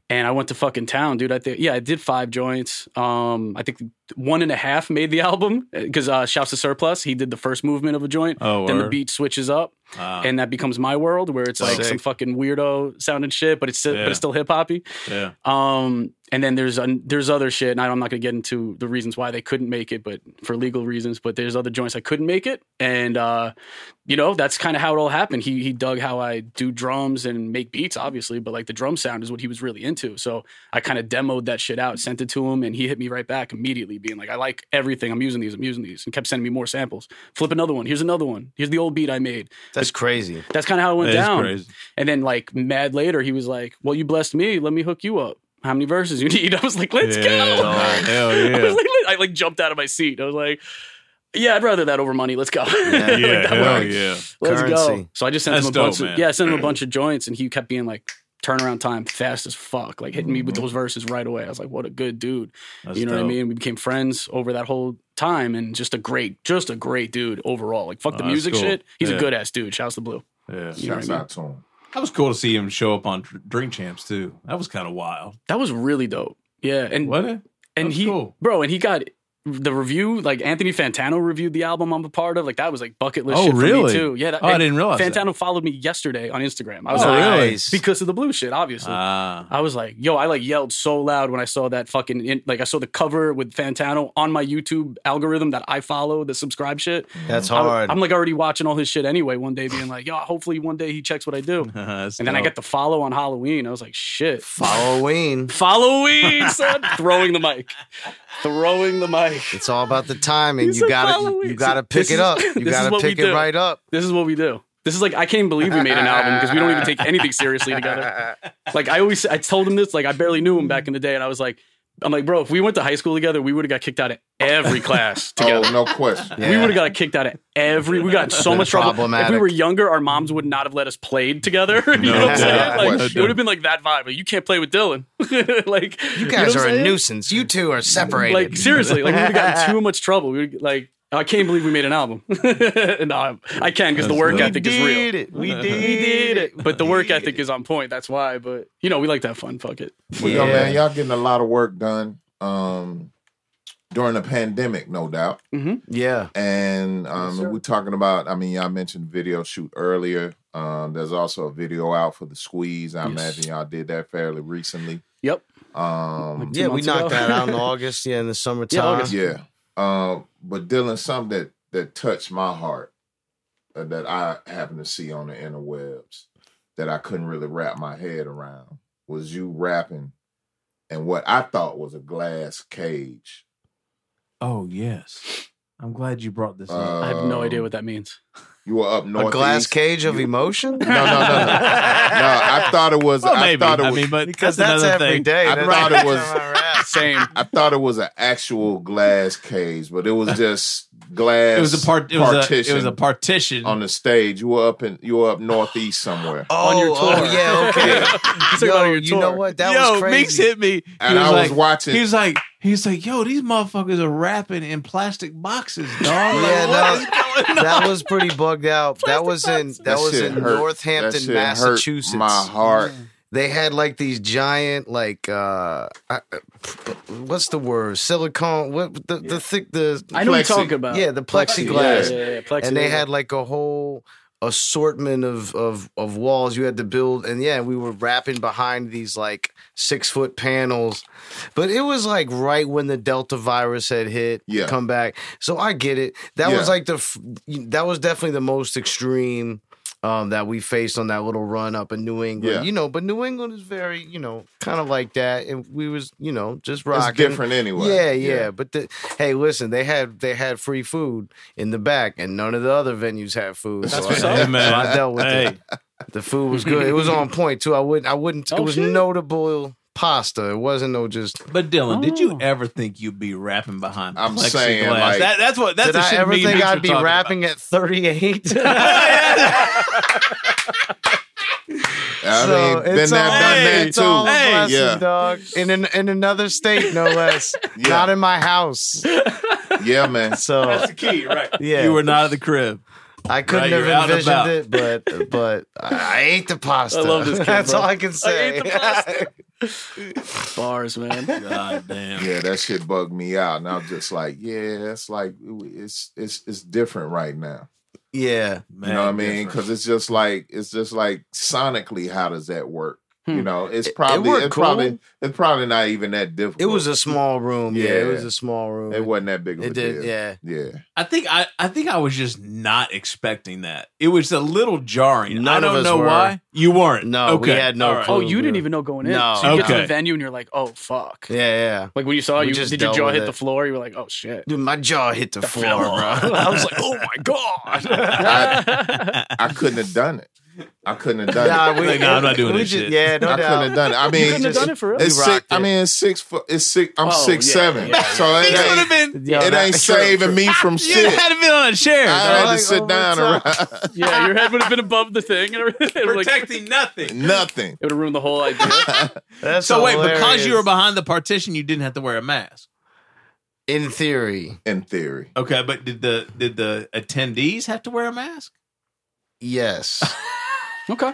S3: And I went to fucking town, dude. I think yeah, I did five joints. Um, I think one and a half made the album because uh, shouts to Surplus. He did the first movement of a joint.
S1: oh,
S3: then the
S1: word.
S3: beat switches up,
S1: Wow.
S3: and that becomes my world, where it's like
S1: Sick.
S3: some fucking weirdo sounding shit, but it's still,
S1: Yeah.
S3: but it's still hip hoppy.
S1: yeah.
S3: Um, and then there's un- there's other shit, and I- I'm not gonna get into the reasons why they couldn't make it, but for legal reasons. But there's other joints I couldn't make it, and uh, you know that's kind of how it all happened. He he dug how I do drums and make beats, obviously, but like the drum sound is what he was really into. So I kind of demoed that shit out, sent it to him, and he hit me right back immediately, being like, "I like everything. I'm using these. I'm using these," and kept sending me more samples. Flip another one. Here's another one. Here's the old beat I made.
S4: That's crazy.
S3: That's kind of how it went
S1: That is
S3: down.
S1: crazy.
S3: And then like mad later, he was like, "Well, you blessed me. Let me hook you up. How many verses you need?" I was like, "Let's
S1: yeah.
S3: go!"
S1: Oh, hell
S3: I was
S1: yeah.
S3: like, I like jumped out of my seat. I was like, "Yeah, I'd rather that over money. Let's go.
S4: Yeah.
S3: Like,
S1: yeah,
S3: that
S1: hell
S3: worked.
S1: yeah.
S3: Let's
S4: Currency.
S3: go." So I just sent
S1: That's
S3: him a
S1: dope,
S3: bunch.
S1: man.
S3: Of, yeah, I sent him a bunch of joints, and he kept being like, "Turnaround time, fast as fuck." Like hitting me with those verses right away. I was like, "What a good dude."
S1: Mm-hmm. That's
S3: you know what I
S1: dope.
S3: mean? We became friends over that whole time, and just a great, just a great dude overall. Like fuck the
S1: Oh, that's
S3: music
S1: cool.
S3: shit. He's
S1: Yeah.
S3: a good ass dude. Shouts to Blue.
S1: Yeah.
S3: You know what I
S2: Shouts
S3: mean?
S2: out to him.
S1: That was cool to see him show up on Dr- Drink Champs too. That was kind of wild.
S3: That was really dope. Yeah, and
S1: What? And
S3: and
S1: was
S3: he
S1: cool.
S3: bro and he got the review like anthony fantano reviewed the album i'm a part of like that was like bucket list
S1: Oh,
S3: shit for
S1: really?
S3: me too yeah that,
S1: Oh, I
S3: and
S1: didn't realize.
S3: fantano followed me yesterday on instagram i was
S1: Oh,
S3: like
S1: really?
S3: because of the blue shit
S1: that.
S3: obviously
S1: Ah.
S3: i was like yo i like yelled so loud when i saw that fucking in, like i saw the cover with fantano on my youtube algorithm that i follow the subscribe shit
S4: That's
S3: I-
S4: hard.
S3: i'm like already watching all his shit anyway one day being like yo hopefully one day he checks what i do
S1: That's
S3: and then i
S1: dope.
S3: get the follow on halloween i was like shit
S4: Halloween.
S3: Following, son. Throwing the mic. Throwing the mic.
S4: It's all about the timing.
S3: You
S4: You,
S3: said
S4: gotta
S3: Halloween.
S4: you gotta pick
S3: This
S4: it
S3: is-
S4: up.
S3: this
S4: You
S3: is
S4: gotta
S3: what we
S4: pick it
S3: do.
S4: right up.
S3: This is what we do. This is like I can't believe we made an album because we don't even take anything seriously together. Like I always, I told him this. Like I barely knew him back in the day, and I was like, I'm like, bro, if we went to high school together, we would have got kicked out of every class together.
S2: Oh, no question.
S4: Yeah.
S3: We would have got kicked out of every. We got in so
S4: Been
S3: much trouble. If
S4: problematic.
S3: we were younger, our moms would not have let us play together. you know what I'm saying?
S2: doubt.
S3: Like,
S2: No
S3: it would have been like that vibe. Like, you can't play with Dylan. like
S4: You
S3: know
S4: guys
S3: what I'm
S4: are a
S3: saying?
S4: nuisance. You two are separated.
S3: Like seriously, like we would have gotten too much trouble. We would, like I can't believe we made an album. no, I'm, I can because the
S1: That's
S3: work
S1: dope.
S4: we
S3: ethic is real.
S4: did it. Uh-huh. We did,
S3: We did it, but the work
S4: did
S3: ethic is on point. That's why. But you know, we like to have fun. Fuck it.
S2: Well, yo,
S4: Yeah.
S2: man, y'all getting a lot of work done um, during the pandemic, no doubt.
S4: Yeah.
S2: And um, we're talking about, I mean, y'all mentioned video shoot earlier. Um, there's also a video out for the squeeze. I
S3: Yes.
S2: imagine y'all did that fairly recently.
S3: Yep.
S2: Um,
S3: Two
S4: Yeah, we
S3: months
S4: knocked
S3: ago.
S4: that out in August. Yeah, in the summertime.
S3: Yeah, August.
S2: yeah. Um, but Dylan, something that, that touched my heart uh, that I happened to see on the interwebs that I couldn't really wrap my head around was you rapping and what I thought was a glass cage.
S1: Oh yes. I'm glad you brought this up.
S3: I have no
S2: Um,
S1: Oh.
S3: idea what that means.
S2: You were up north.
S4: a glass cage of
S2: you-
S4: emotion?
S2: No, no, no, no. no, I thought it was.
S1: Well,
S2: I
S1: maybe.
S2: thought it
S1: I
S2: was.
S1: mean, but
S4: because
S1: that's,
S4: that's
S1: another
S4: every
S1: thing.
S4: day.
S2: I
S4: That's
S2: thought
S4: every
S2: it was-
S4: time I rap.
S3: Same.
S2: I thought it was an actual glass cage, but it was just glass.
S1: It was a part. It was a. It was a partition.
S2: on the stage. You were up in. You were up northeast somewhere.
S4: Oh,
S3: On your tour.
S4: oh, yeah, okay.
S3: You took it out
S4: Yo,
S3: of your
S4: you know
S3: tour.
S4: what? That
S1: yo,
S4: was crazy.
S1: Meeks hit me. He
S2: and I was
S1: like,
S2: watching.
S1: He was like, he's like, yo, these motherfuckers are rapping in plastic boxes, dog. Like,
S4: Yeah, no.
S1: what is going on?
S4: That was pretty bugged out. that was in that was
S2: shit
S4: in
S2: hurt. That
S4: Northampton,
S2: shit
S4: Massachusetts.
S2: Hurt my heart.
S4: they had like these giant like uh I- what's the word silicone what the the thick the
S3: I know what
S2: Plexi-
S3: you're talking about.
S4: yeah the plexiglass
S2: yeah.
S3: plexi-
S4: and they had like a whole assortment of of of walls you had to build and yeah we were wrapping behind these like six foot panels but it was like right when the delta virus had hit
S2: Yeah.
S4: come back so i get it that
S2: Yeah.
S4: was like the f- that was definitely the most extreme um, that we faced on that little run up in New England,
S2: Yeah.
S4: you know, but New England is very, you know, kind of like that, and we was, you know, just
S2: It's
S4: rocking.
S2: different anyway.
S4: Yeah, yeah, But the, hey, listen, they had they had free food in the back, and none of the other venues had food.
S3: That's
S4: so
S3: what's
S4: I,
S3: up.
S1: Hey, man.
S4: so I dealt with
S1: Hey,
S4: it. The food was good. It was on point too. I wouldn't. I wouldn't.
S3: Oh,
S4: it was
S3: shit.
S4: notable pasta. It wasn't no just.
S1: But Dylan, did
S3: Oh.
S1: you ever think you'd be rapping behind
S2: I'm
S1: plexiglass?
S2: saying, like-
S1: that, that's what that's
S4: did
S1: the
S4: I
S1: shit
S4: ever
S1: me and
S4: think
S1: Mitch
S4: I'd
S1: were
S4: be
S1: talking
S4: rapping at 38?
S2: I
S4: so
S2: mean, been there,
S4: it's all,
S2: done that
S4: it's
S2: too.
S4: all a
S1: Hey.
S4: blessing,
S2: Yeah.
S4: dog. In an, in another state, no less.
S2: Yeah.
S4: Not in my house.
S2: Yeah, man.
S4: So
S1: about. Key, right?
S4: yeah,
S1: You were not at the crib.
S4: I couldn't
S1: right, you're out
S4: have
S1: and
S4: envisioned it, but but I I ate the pasta.
S3: I love this kid,
S4: That's
S3: bro.
S4: all I can say.
S3: ate the pasta. Bars, man.
S1: God damn.
S2: Yeah, that shit bugged me out, and I'm just like, yeah, it's like it's it's it's different right now.
S4: yeah.
S1: Man,
S2: you know what I mean?
S1: different.
S2: Because it's just like it's just like sonically, how does that work? You
S3: Hmm.
S2: know, it's
S4: It- it
S2: probably
S4: worked
S2: it's probably
S4: cool.
S2: it's probably not even that difficult.
S4: It was a small room. Yeah, it
S2: Yeah.
S4: was a small room.
S2: it wasn't that big of a
S4: It did.
S2: deal.
S4: Yeah.
S2: yeah.
S1: I think I, I think I was just not expecting that. It was a little jarring.
S4: None
S1: I
S4: of
S1: don't
S4: us
S1: know
S4: were.
S1: why. You weren't.
S4: No, we
S1: okay.
S4: had no
S1: All right.
S4: clue.
S3: Oh, you didn't even know going in.
S4: No.
S3: So you get to
S1: Okay.
S3: the venue and you're like, oh fuck.
S4: Yeah. Yeah.
S3: Like when you saw
S4: We
S3: you,
S4: just
S3: did your
S4: dealt
S3: jaw
S4: with
S3: hit
S4: it.
S3: the floor? You were like, oh shit.
S4: Dude, my jaw hit the, floor,
S3: fell.
S4: bro.
S3: I was like, oh my god.
S2: I couldn't have done it. I couldn't have done it.
S4: Nah, we-
S1: Like, nah, I'm not doing
S4: we
S1: this
S4: just-
S1: shit.
S4: Yeah, no
S2: I couldn't have
S4: doubt.
S2: done it. I mean,
S3: couldn't have
S2: just-
S3: done it for real?
S2: It's
S4: We
S2: six.
S4: rocked
S2: I
S4: it.
S2: mean, it's six. Foot, it's six. I'm
S3: Oh,
S2: six
S3: yeah,
S2: seven.
S3: yeah, yeah.
S2: So it
S1: Things would have
S2: ain't,
S1: been.
S4: Yo,
S2: it
S4: that-
S2: ain't
S4: true,
S2: saving
S4: true.
S2: me from
S1: You
S2: shit.
S1: had to been on a chair.
S2: I
S1: dog.
S2: had
S4: Like,
S2: to sit
S4: over
S2: down
S4: the
S2: and
S3: yeah, your head would have been above the thing and everything. It would have
S1: Protecting nothing.
S2: nothing.
S3: like, ruined the whole idea.
S4: That's
S1: So wait, because you were
S4: hilarious.
S1: behind the partition, you didn't have to wear a mask.
S4: in theory,
S2: In theory,
S1: Okay, but did the did the attendees have to wear a mask?
S4: yes.
S3: okay.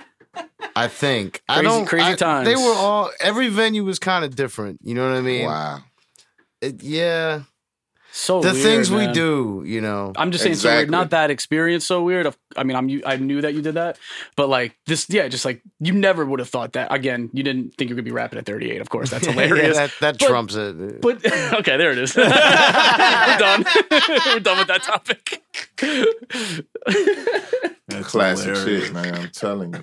S4: I think I
S3: Crazy-
S4: don't.
S3: crazy
S4: I-
S3: times.
S4: They were all. Every venue was kind of different. You know what I mean?
S2: wow.
S4: It- yeah.
S3: So
S4: the
S3: weird,
S4: things we
S3: man.
S4: do. You know.
S3: I'm just saying, so weird.
S2: Exactly.
S3: Not that experience, so weird. Of- I mean, I'm I knew that you did that, but like this, yeah, just like you never would have thought that. Again, you didn't think you could be rapping at 38. Of course, that's
S4: yeah,
S3: hilarious.
S4: that that
S3: But-
S4: trumps it.
S3: But okay, there it is. We're done. We're done with that topic.
S1: That's
S2: Classic
S1: hilarious.
S2: shit, man. I'm telling you.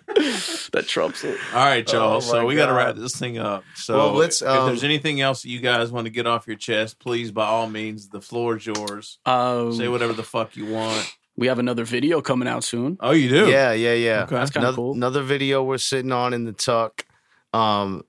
S3: that trumps it.
S1: All right, y'all.
S4: Oh,
S1: so
S4: my
S1: we got to
S4: God.
S1: wrap this thing up. So
S4: Well, let's,
S1: if
S4: um,
S1: there's anything else that you guys want to get off your chest, please, by all means, the floor is yours. Say
S3: Um,
S1: whatever the fuck you want.
S3: we have another video coming out soon.
S1: Oh, you do?
S4: Yeah, yeah, yeah.
S1: Okay.
S3: That's kind
S4: another,
S3: of cool.
S4: another video we're sitting on in the tuck. Um,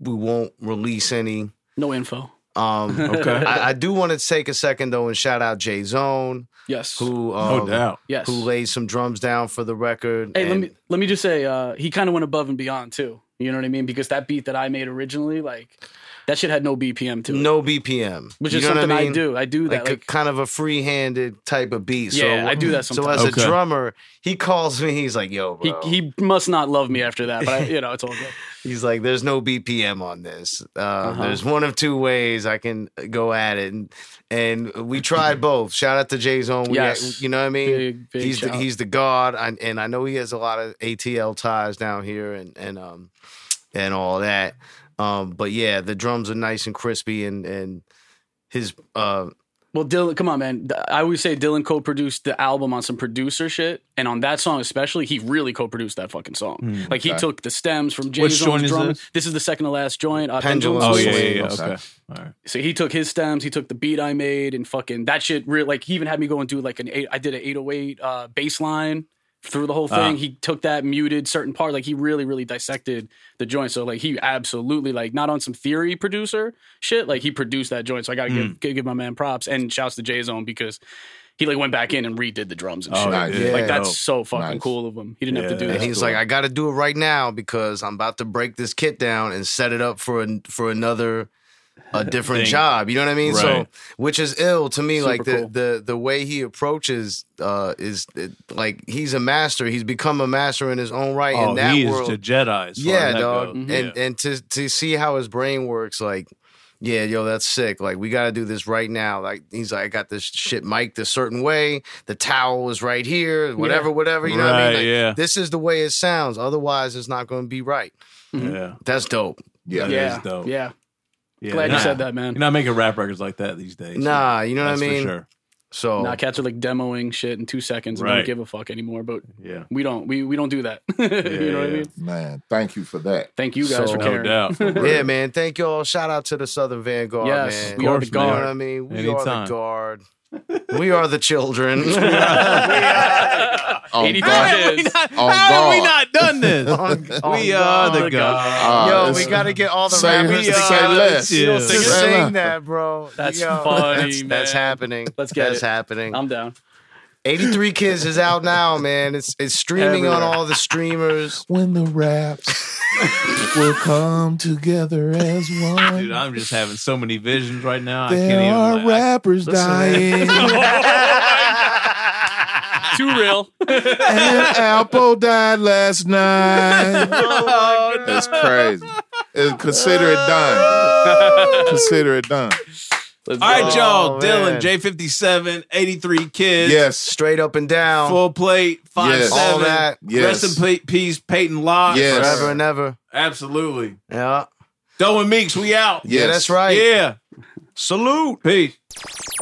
S4: we won't release any.
S3: No info.
S4: Um,
S1: Okay.
S4: I, I do want to take a second though and shout out Jay Zone,
S3: Yes.
S4: who um,
S1: No doubt.
S3: yes.
S4: who laid some drums down for the record.
S3: Hey, let
S4: and-
S3: me let me just say, uh, he kind of went above and beyond too. You know what I mean? Because that beat that I made originally, like that shit had no BPM to it,
S4: no BPM,
S3: which
S4: You
S3: is
S4: know what
S3: something I,
S4: mean?
S3: do. I do that.
S4: Like, a-
S3: Like,
S4: kind of a free-handed type of beat.
S3: Yeah,
S4: so,
S3: I do that
S4: So as
S3: sometimes.
S1: Okay.
S4: a drummer, he calls me. He's like, "Yo, bro."
S3: he he must not love me after that, but I, you know it's all good.
S4: He's like, there's no BPM on this. Uh,
S3: Uh-huh.
S4: There's one of two ways I can go at it, and and we tried both. Shout out to Jay Zone. We-
S3: Yes.
S4: you know what I mean.
S3: Big, big
S4: he's the,
S3: shout.
S4: he's the god, I, and I know he has a lot of ATL ties down here, and and um and all that. Um, but yeah, the drums are nice and crispy, and and his uh
S3: Well, Dylan, come on, man. Th- I always say Dylan co-produced the album on some producer shit, and on that song especially, he really co-produced that fucking song. Like he
S2: Okay.
S3: took the stems from
S1: Hmm, Which
S3: Jay's
S1: joint
S3: own
S1: is
S3: drum.
S1: this?
S3: This? is the second to last joint. Uh,
S4: Pendulum
S1: Oh,
S3: Pendulum
S1: yeah,
S3: Swing.
S1: yeah, yeah.
S2: Swing.
S1: Okay. All right.
S3: So he took his stems, he took the beat I made, and fucking that shit. Real like he even had me go and do like an eight. I did an eight oh eight uh, bass line through the whole thing.
S1: Ah.
S3: He took that muted certain part. Like he really, really dissected the joint. So like he absolutely like not on some theory producer shit. Like he produced that joint. So I
S1: Hmm.
S3: gotta give, give give my man props and shouts to Jay Zone because he like went back in and redid the drums and
S1: Oh,
S3: shit.
S1: yeah.
S2: nice.
S4: Yeah.
S3: Like that's
S1: dope.
S3: so fucking
S2: Nice.
S3: cool of him. He didn't have to
S1: Yeah,
S3: do
S4: and
S3: that.
S1: that's
S4: he's
S1: cool.
S4: like, I got to do it right now because I'm about to break this kit down and set it up for an, for another a different
S1: Thing.
S4: job. You know what I mean? So,
S1: Right.
S4: which is ill to me.
S3: Super
S4: like the,
S3: cool.
S4: the the way he approaches uh, is it, like he's a master. He's become a master in his own right
S1: oh,
S4: in that
S1: he
S4: world.
S1: is the Jedi. as far
S4: yeah,
S1: as that
S4: dog.
S1: goes.
S4: And
S1: Yeah.
S4: and to to see how his brain works, like. Yeah, yo, that's sick. Like, we got to do this right now. Like, he's like, I got this shit mic'd a certain way. The towel is right here, whatever, whatever. You know what I mean?
S1: Right,
S4: Like,
S1: yeah.
S4: This is the way it sounds. Otherwise, it's not going to be right.
S3: Mhm.
S1: Yeah.
S4: That's dope.
S2: Yeah.
S1: That
S3: yeah,
S1: is dope.
S3: yeah.
S1: yeah.
S3: Glad
S1: Nah.
S3: you said that, man.
S1: You're not making rap records like that these days.
S4: Nah, you know what I
S1: That's
S4: mean?
S1: For sure.
S4: So,
S3: Nah, cats are like demoing shit in two seconds and
S1: Right.
S3: don't give a fuck anymore. But
S1: Yeah.
S3: we don't we we don't do that. you know what I
S1: yeah.
S3: mean?
S2: Man, thank you for that.
S3: Thank you guys for
S4: So- No
S1: No
S3: caring.
S1: doubt.
S4: yeah, man. Thank y'all. Shout out to the Southern Vanguard,
S3: Yes,
S4: man.
S3: we are the
S1: Of course, man.
S4: You know
S3: guard.
S4: what I mean? We are
S1: Anytime.
S4: the guard. We are the children.
S2: Oh, God.
S3: 80,000
S1: How have we
S3: kids.
S1: not,
S2: Oh,
S1: how have we
S2: God.
S1: not done this? we are
S4: Oh,
S1: the God.
S2: Uh,
S4: Yo, we
S2: it's-
S4: gotta get all the
S2: say-
S4: rappers
S2: say
S4: to
S1: uh,
S4: sing-
S2: less.
S1: yeah.
S4: to
S1: Say
S4: sing
S2: less.
S4: that, bro.
S3: That's
S4: Yo,
S3: funny,
S4: That's, that's
S3: man.
S4: happening.
S3: Let's get
S4: that's
S3: it.
S4: happening.
S3: I'm down.
S4: 83 Kids is out now, man. It's it's streaming on
S3: Everywhere.
S4: all the streamers.
S2: When the raps will come together as one.
S1: Dude, I'm just having so many visions right now. I
S2: there are
S1: can't even. Like,
S2: rappers dying
S3: Too real.
S2: and Apple died last night.
S1: Oh,
S2: That's crazy. It's- consider it done. consider it done.
S3: Let's
S1: all
S3: go.
S1: right, y'all.
S4: Oh,
S1: Dylan,
S4: man.
S1: J57, 83 kids.
S2: Yes.
S4: Straight up and down.
S1: Full plate, five
S2: Yes.
S1: seven.
S4: All that.
S2: Yes.
S1: Rest in pe- peace, Peyton Locke.
S2: Yes.
S4: Forever and ever.
S1: Absolutely.
S4: Yeah.
S1: Doe and Meeks, we out.
S2: Yes.
S4: Yeah, that's right.
S1: Yeah.
S4: Salute.
S1: Peace.